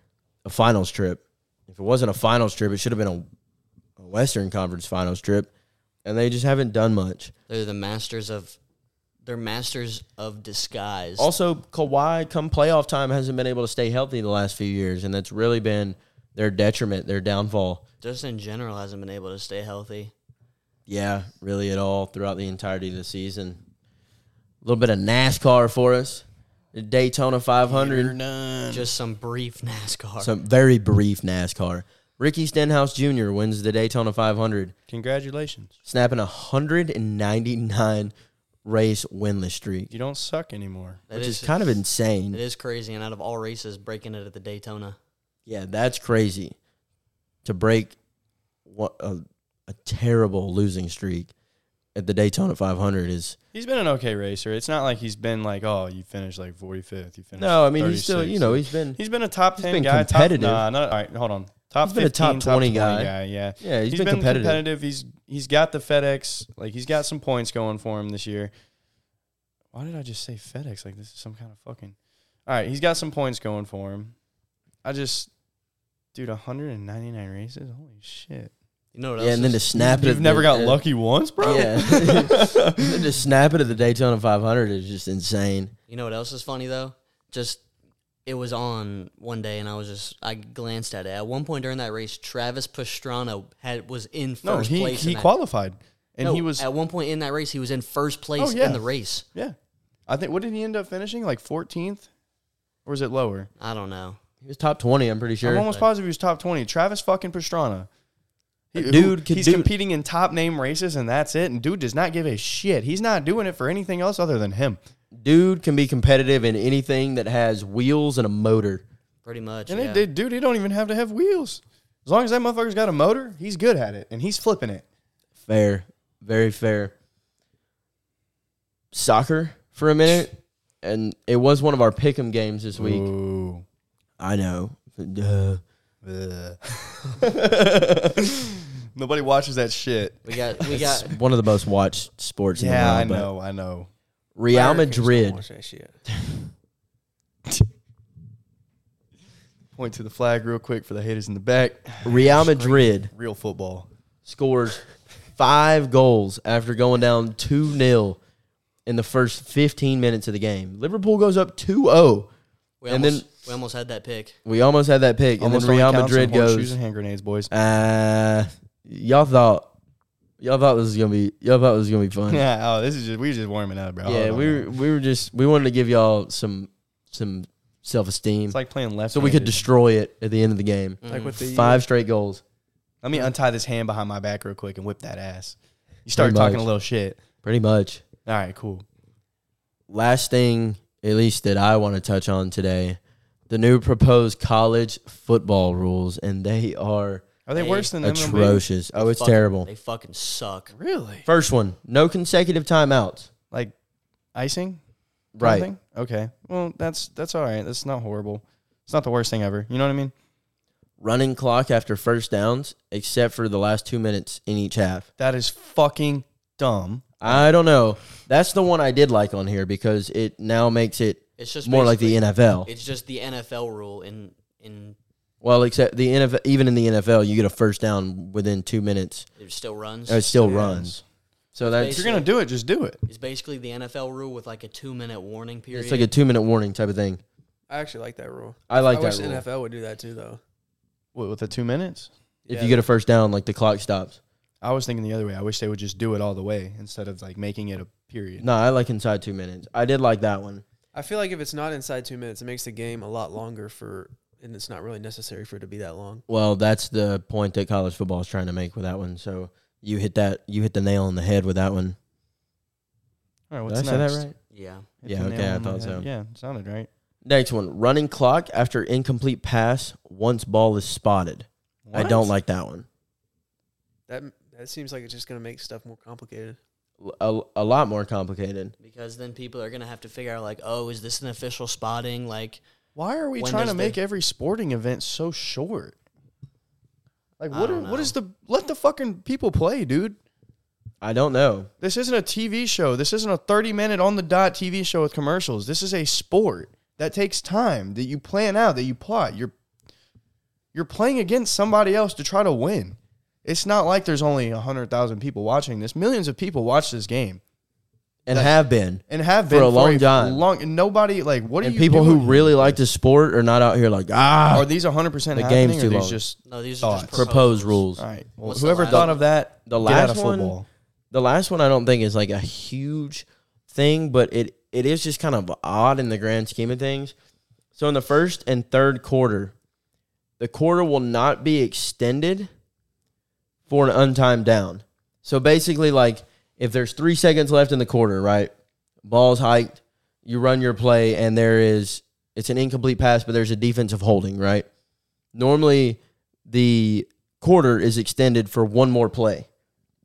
Speaker 3: a finals trip. If it wasn't a finals trip, it should have been a, a Western Conference finals trip, and they just haven't done much.
Speaker 2: They're the masters of. They're masters of disguise.
Speaker 3: Also, Kawhi come playoff time hasn't been able to stay healthy the last few years, and that's really been their detriment, their downfall.
Speaker 2: just in general, hasn't been able to stay healthy.
Speaker 3: Yeah, really at all throughout the entirety of the season. A little bit of NASCAR for us. The Daytona 500.
Speaker 2: Just some brief NASCAR.
Speaker 3: Some very brief NASCAR. Ricky Stenhouse Jr. wins the Daytona 500,
Speaker 1: Congratulations.
Speaker 3: snapping a 199 race winless streak,
Speaker 1: You don't suck anymore.
Speaker 2: That
Speaker 3: which is
Speaker 2: is-
Speaker 3: kind of
Speaker 2: It
Speaker 3: insane.
Speaker 2: is crazy, and out of all races, breaking it at the Daytona.
Speaker 3: Yeah, that's crazy to break what a, a terrible losing streak at the Daytona 500 is
Speaker 1: He's been an okay racer. It's not like he's been like, oh, you finished like 45th. You finished.
Speaker 3: no. I mean, he's still
Speaker 1: 36th.
Speaker 3: you know he's been
Speaker 1: he's been a top
Speaker 3: he's
Speaker 1: 10
Speaker 3: been
Speaker 1: guy. top-
Speaker 3: competitive.
Speaker 1: nah, not, all right, hold on. Top
Speaker 3: He's been a
Speaker 1: 15,
Speaker 3: top 20 guy.
Speaker 1: guy. Yeah.
Speaker 3: yeah
Speaker 1: he's been, competitive. He's he's got the FedEx. Like he's got some points going for him this year. Why did I just say FedEx? Like this is some kind of fucking. All right, he's got some points going for him. I just, dude, 199 races. Holy shit!
Speaker 2: You know what
Speaker 3: Yeah,
Speaker 2: else?
Speaker 3: and then to
Speaker 2: is-
Speaker 3: snap it.
Speaker 1: You've
Speaker 3: at
Speaker 1: never
Speaker 3: the-
Speaker 1: got
Speaker 3: uh,
Speaker 1: lucky once, bro.
Speaker 3: Yeah. Then to snap it at the Daytona 500 is just insane.
Speaker 2: you know what else is funny though? Just it was on one day, and I was just I glanced at it. At one point during that race, Travis Pastrana had was in first
Speaker 1: No, he
Speaker 2: place.
Speaker 1: he
Speaker 2: in that-
Speaker 1: qualified, and
Speaker 2: no,
Speaker 1: he was
Speaker 2: at one point in that race, he was in first place
Speaker 1: Oh, yeah.
Speaker 2: in the race.
Speaker 1: yeah. I think what did he end up finishing? Like 14th, or is it lower?
Speaker 2: I don't know.
Speaker 3: He was top 20, I'm pretty sure.
Speaker 1: I'm almost positive he was top 20. Travis fucking Pastrana. He-
Speaker 3: Dude
Speaker 1: who-
Speaker 3: could
Speaker 1: he's
Speaker 3: do-
Speaker 1: competing in top name races and that's it. And dude does not give a shit. He's not doing it for anything else other than him.
Speaker 3: Dude can be competitive in anything that has wheels and a motor.
Speaker 2: Pretty much.
Speaker 1: And
Speaker 2: yeah.
Speaker 1: it, dude, he don't even have to have wheels. As long as that motherfucker's got a motor, he's good at it and he's flipping it.
Speaker 3: Fair. Very fair. Soccer for a minute. And it was one of our pick 'em games this week.
Speaker 1: Ooh.
Speaker 3: I know. Duh.
Speaker 1: Ugh. Nobody watches that shit.
Speaker 2: We got we got
Speaker 3: It's one of the most watched sports in the
Speaker 1: Yeah,
Speaker 3: world.
Speaker 1: I
Speaker 3: but
Speaker 1: know, I know.
Speaker 3: Real
Speaker 4: Americans don't
Speaker 3: Madrid.
Speaker 4: watch that shit.
Speaker 1: Point to the flag real quick for the haters in the back.
Speaker 3: Real Madrid
Speaker 1: Real football.
Speaker 3: scores five goals after going down 2 0 in the first 15 minutes of the game. Liverpool goes up 2 0.
Speaker 2: we
Speaker 3: And
Speaker 2: almost,
Speaker 3: then-
Speaker 2: we almost had that pick.
Speaker 3: We almost had that pick.
Speaker 1: Almost
Speaker 3: and
Speaker 1: only
Speaker 3: then Real
Speaker 1: counts on
Speaker 3: Madrid
Speaker 1: horseshoes
Speaker 3: goes,
Speaker 1: and hand grenades, boys.
Speaker 3: uh, y'all thought. Y'all thought this was gonna be y'all thought this was gonna be fun. Yeah,
Speaker 1: Yeah, oh, this is just we just warming up, bro. Oh, Hold on,
Speaker 3: we
Speaker 1: man.
Speaker 3: were, we were just we wanted to give y'all some some self esteem
Speaker 1: It's like uh, playing left.
Speaker 3: so we could destroy it at the end of the game.
Speaker 4: Like with the
Speaker 3: Five straight goals,
Speaker 1: Let me untie this hand behind my back real quick and whip that ass. You start
Speaker 3: Pretty
Speaker 1: talking
Speaker 3: much.
Speaker 1: a little shit.
Speaker 3: pretty much.
Speaker 1: All right, cool.
Speaker 3: last thing, at least that I want to touch on today, the new proposed college football rules, and they are
Speaker 1: Are they
Speaker 2: Hey,
Speaker 1: worse than MLB?
Speaker 3: atrocious. Oh, it's
Speaker 2: Fucking-
Speaker 3: terrible.
Speaker 2: They fucking suck.
Speaker 1: Really?
Speaker 3: First one, no consecutive timeouts.
Speaker 1: Like icing? kind of
Speaker 3: Right.
Speaker 1: thing? Okay. Well, that's that's all right. That's not horrible. It's not the worst thing ever. You know what I mean?
Speaker 3: Running clock after first downs, except for the last two minutes in each half.
Speaker 1: That is fucking dumb.
Speaker 3: I don't know. That's the one I did like on here because it now makes it
Speaker 2: It's just
Speaker 3: more like the
Speaker 2: basically-
Speaker 3: NFL.
Speaker 2: It's just the NFL rule in in
Speaker 3: Well, except the NFL, even in the NFL, you get a first down within two minutes.
Speaker 2: it still runs.
Speaker 3: It still
Speaker 1: Yes.
Speaker 3: runs. So
Speaker 1: If
Speaker 3: that's
Speaker 1: you're gonna do it, just do it.
Speaker 2: It's basically the NFL rule with like a two minute warning period.
Speaker 3: it's like a two minute warning type of thing.
Speaker 4: I actually like that rule.
Speaker 3: I like
Speaker 4: I
Speaker 3: that
Speaker 4: wish the
Speaker 3: rule.
Speaker 4: NFL would do that too, though.
Speaker 1: What, with the two minutes?
Speaker 3: If
Speaker 4: Yeah.
Speaker 3: you get a first down, like the clock stops.
Speaker 1: I was thinking the other way. I wish they would just do it all the way instead of like making it a period.
Speaker 3: No, I like inside two minutes. I did like that one.
Speaker 4: I feel like if it's not inside two minutes, it makes the game a lot longer for, and it's not really necessary for it to be that long.
Speaker 3: Well, that's the point that college football is trying to make with that one. So you hit that, you hit the nail on the head with that one.
Speaker 1: All right,
Speaker 3: Did
Speaker 1: what's
Speaker 3: I say
Speaker 1: next?
Speaker 3: that right?
Speaker 2: Yeah.
Speaker 1: Hit
Speaker 3: Yeah,
Speaker 1: the nail
Speaker 3: okay, I
Speaker 1: on the
Speaker 3: thought
Speaker 1: head.
Speaker 3: so.
Speaker 1: Yeah, sounded right.
Speaker 3: Next one, running clock after incomplete pass once ball is spotted. I don't like that one.
Speaker 4: That that seems like it's just gonna make stuff more complicated.
Speaker 3: L- A, a lot more complicated.
Speaker 2: Because then people are going to have to figure out, like, oh, is this an official spotting? Like,
Speaker 1: Why are we
Speaker 2: When
Speaker 1: trying
Speaker 2: does
Speaker 1: to make
Speaker 2: the-
Speaker 1: every sporting event so short? Like
Speaker 2: I
Speaker 1: what? Are,
Speaker 2: don't
Speaker 1: what
Speaker 2: know.
Speaker 1: is the let the fucking people play, dude?
Speaker 3: I don't know.
Speaker 1: This isn't a TV show. This isn't a thirty minute on the dot TV show with commercials. This is a sport that takes time that you plan out that you plot. You're you're playing against somebody else to try to win. It's not like there's only hundred thousand people watching this. Millions of people watch this game
Speaker 3: And
Speaker 1: That-
Speaker 3: have been.
Speaker 1: and have
Speaker 3: For
Speaker 1: been
Speaker 3: a long time.
Speaker 1: Long and nobody like what are
Speaker 3: And
Speaker 1: you
Speaker 3: people who
Speaker 1: doing?
Speaker 3: really like the sport are not out here like,
Speaker 1: are
Speaker 3: ah,
Speaker 1: these hundred percent
Speaker 3: The
Speaker 1: happening?
Speaker 3: game's
Speaker 1: or
Speaker 3: too
Speaker 1: these
Speaker 3: long.
Speaker 1: Just
Speaker 2: no, these are
Speaker 1: Thoughts.
Speaker 2: just
Speaker 3: Oh, proposed rules.
Speaker 1: all right. Well,
Speaker 2: What's the
Speaker 1: whoever
Speaker 2: last-
Speaker 1: thought of that,
Speaker 3: The
Speaker 1: get out
Speaker 3: last
Speaker 1: of
Speaker 3: one-
Speaker 1: football.
Speaker 3: The last one I don't think is like a huge thing, but it it is just kind of odd in the grand scheme of things. So in the first and third quarter, the quarter will not be extended for an untimed down. So basically like if there's 3 seconds left in the quarter, right? Ball's hiked, you run your play and there is it's an incomplete pass, but there's a defensive holding, right? Normally the quarter is extended for one more play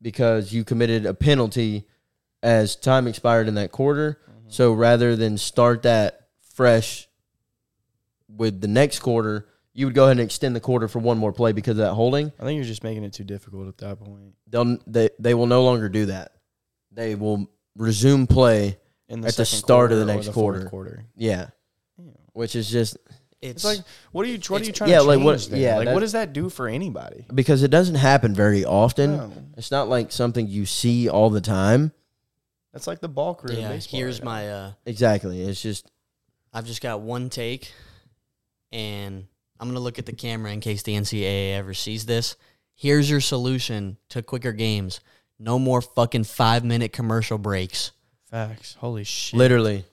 Speaker 3: because you committed a penalty as time expired in that quarter.
Speaker 1: Mm-hmm.
Speaker 3: So rather than start that fresh with the next quarter, you would go ahead and extend the quarter for one more play because of that holding.
Speaker 1: I think you're just making it too difficult at that point.
Speaker 3: They'll they, they will no longer do that. They will resume play.
Speaker 1: In
Speaker 3: At the
Speaker 1: second
Speaker 3: start of the
Speaker 1: quarter or
Speaker 3: next
Speaker 1: fourth
Speaker 3: quarter. Yeah. Which is just
Speaker 1: It's
Speaker 2: It's,
Speaker 1: like, what are you? What are you
Speaker 2: it's-
Speaker 1: trying
Speaker 3: yeah,
Speaker 1: to
Speaker 3: like,
Speaker 1: change?
Speaker 3: what-
Speaker 1: there?
Speaker 3: yeah,
Speaker 1: like
Speaker 3: that-
Speaker 1: what does that do for anybody?
Speaker 3: because it doesn't happen very often.
Speaker 1: No.
Speaker 3: It's not like something you see all the time.
Speaker 1: That's like the ball crew. in
Speaker 2: yeah,
Speaker 1: baseball
Speaker 2: here's
Speaker 1: right now.
Speaker 2: my, uh,
Speaker 3: Exactly. It's just
Speaker 2: I've just got one take, and I'm gonna look at the camera in case the NCAA ever sees this. Here's your solution to quicker games: no more fucking five minute commercial breaks.
Speaker 1: facts. Holy shit!
Speaker 3: literally.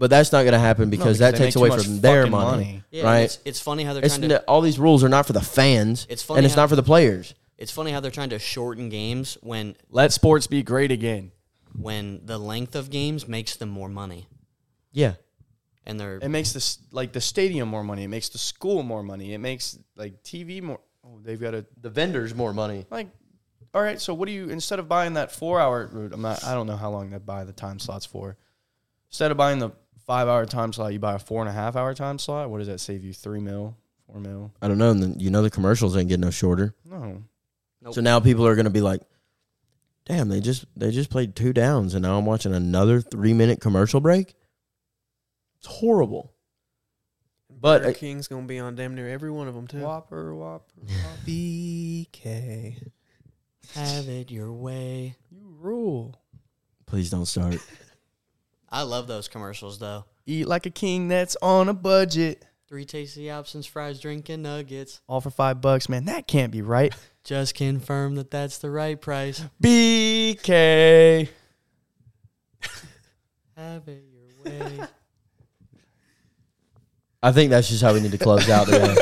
Speaker 3: But that's not going to happen
Speaker 1: No,
Speaker 3: because, that
Speaker 1: they
Speaker 3: takes
Speaker 1: make
Speaker 3: away
Speaker 1: too much
Speaker 3: from their
Speaker 1: fucking
Speaker 3: money.
Speaker 2: Yeah,
Speaker 3: Right.
Speaker 2: It's, it's funny how they're
Speaker 3: It's
Speaker 2: trying to.
Speaker 3: n- all these rules are not for the fans.
Speaker 2: It's funny
Speaker 3: and it's
Speaker 2: how-
Speaker 3: not for the players.
Speaker 2: It's funny how they're trying to shorten games when
Speaker 1: Let sports be great again.
Speaker 2: when the length of games makes them more money,
Speaker 3: Yeah,
Speaker 2: and they're
Speaker 1: It makes this like the stadium more money. It makes the school more money. It makes like TV more. Oh, they've got a
Speaker 3: the vendors more money.
Speaker 1: like. All right, so what do you instead of buying that four hour route? I'm not. I don't know how long that buy the time slots for. Instead of buying the five hour time slot, you buy a four and a half hour time slot. What does that save you? Three mil, four mil?
Speaker 3: I don't know. And then, you know the commercials ain't getting no shorter.
Speaker 1: No,
Speaker 2: Nope.
Speaker 3: So now people are going to be like, "Damn, they just they just played two downs, and now I'm watching another three minute commercial break." It's horrible. But
Speaker 4: Burger
Speaker 3: uh,
Speaker 4: King's gonna be on damn near every one of them too.
Speaker 1: whopper, whopper, whopper.
Speaker 4: BK.
Speaker 2: have it your way.
Speaker 1: you rule.
Speaker 3: please don't start.
Speaker 2: I love those commercials though.
Speaker 1: Eat like a king that's on a budget.
Speaker 2: Three tasty options, fries, drink, and nuggets.
Speaker 1: All for five bucks, man. That can't be right.
Speaker 2: Just confirm that that's the right price.
Speaker 1: BK.
Speaker 2: Have it your way.
Speaker 3: I think that's just how we need to close out today.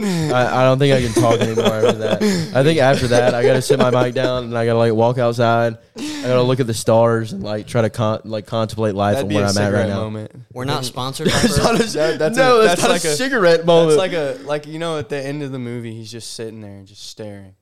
Speaker 3: I, I don't think I can talk anymore after that. I think after that, I gotta sit my mic down and I gotta like walk outside. I gotta look at the stars and like try to con- like contemplate life
Speaker 1: That'd
Speaker 3: and
Speaker 1: be a
Speaker 3: where I'm at
Speaker 1: cigarette
Speaker 3: right now.
Speaker 1: moment.
Speaker 2: We're not sponsored by Burger
Speaker 1: That- that's
Speaker 3: no,
Speaker 1: a- that's
Speaker 3: that's, not
Speaker 1: like
Speaker 3: a,
Speaker 1: a-
Speaker 3: cigarette
Speaker 1: It's
Speaker 3: moment.
Speaker 1: like a like you know at the end of the movie he's just sitting there and just staring.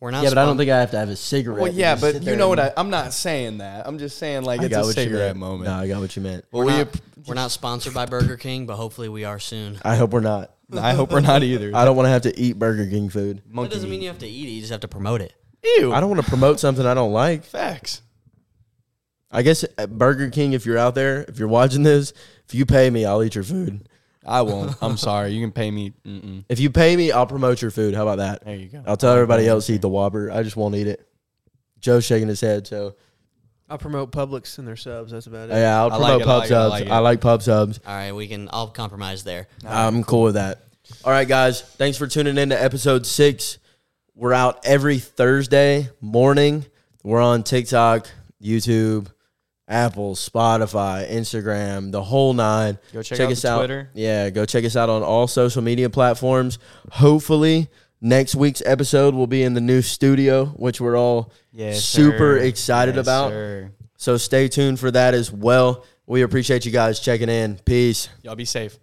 Speaker 2: We're not.
Speaker 3: yeah, but I don't
Speaker 2: spon-
Speaker 3: think I have to have a cigarette.
Speaker 1: Well,
Speaker 3: to
Speaker 1: yeah,
Speaker 3: just sit
Speaker 1: but you
Speaker 3: there
Speaker 1: know
Speaker 3: and-
Speaker 1: what? I, I'm not saying that. I'm just saying like
Speaker 3: I
Speaker 1: it's
Speaker 3: got
Speaker 1: a
Speaker 3: what you
Speaker 1: cigarette
Speaker 3: meant.
Speaker 1: moment.
Speaker 3: No, I got what you meant.
Speaker 1: But we,
Speaker 2: not-
Speaker 1: app-
Speaker 2: We're not sponsored by Burger King, but hopefully we are soon.
Speaker 3: I hope we're not.
Speaker 1: I hope we're not either.
Speaker 3: I don't want to have to eat Burger King food.
Speaker 2: That doesn't mean you have to eat it. You just have to promote it.
Speaker 1: Ew.
Speaker 3: I don't want to promote something I don't like.
Speaker 1: Facts.
Speaker 3: I guess at Burger King, if you're out there, if you're watching this, if you pay me, I'll eat your food.
Speaker 1: I won't. I'm sorry. You can pay me. Mm-mm.
Speaker 3: If you pay me, I'll promote your food. How about that?
Speaker 1: There you go.
Speaker 3: I'll tell everybody else to eat the Whopper. I just won't eat it. Joe's shaking his head, so
Speaker 4: I'll promote Publix and their subs. That's about it.
Speaker 3: yeah, I'll
Speaker 1: I like
Speaker 3: promote
Speaker 1: it, I
Speaker 3: pub
Speaker 1: like it, I
Speaker 3: subs.
Speaker 1: like it.
Speaker 3: I like pub subs.
Speaker 2: All right, we can. I'll compromise there.
Speaker 3: I'm cool with that. All right, guys, thanks for tuning in to episode six. We're out every Thursday morning. We're on TikTok, YouTube, Apple, Spotify, Instagram, the whole nine.
Speaker 1: Go check out the Twitter.
Speaker 3: Yeah, go check us out on all social media platforms. Hopefully, next week's episode will be in the new studio, which we're all
Speaker 1: Yes, sir.
Speaker 3: super excited
Speaker 1: Yes,
Speaker 3: about.
Speaker 1: sir.
Speaker 3: So stay tuned for that as well. We appreciate you guys checking in. Peace.
Speaker 1: Y'all be safe.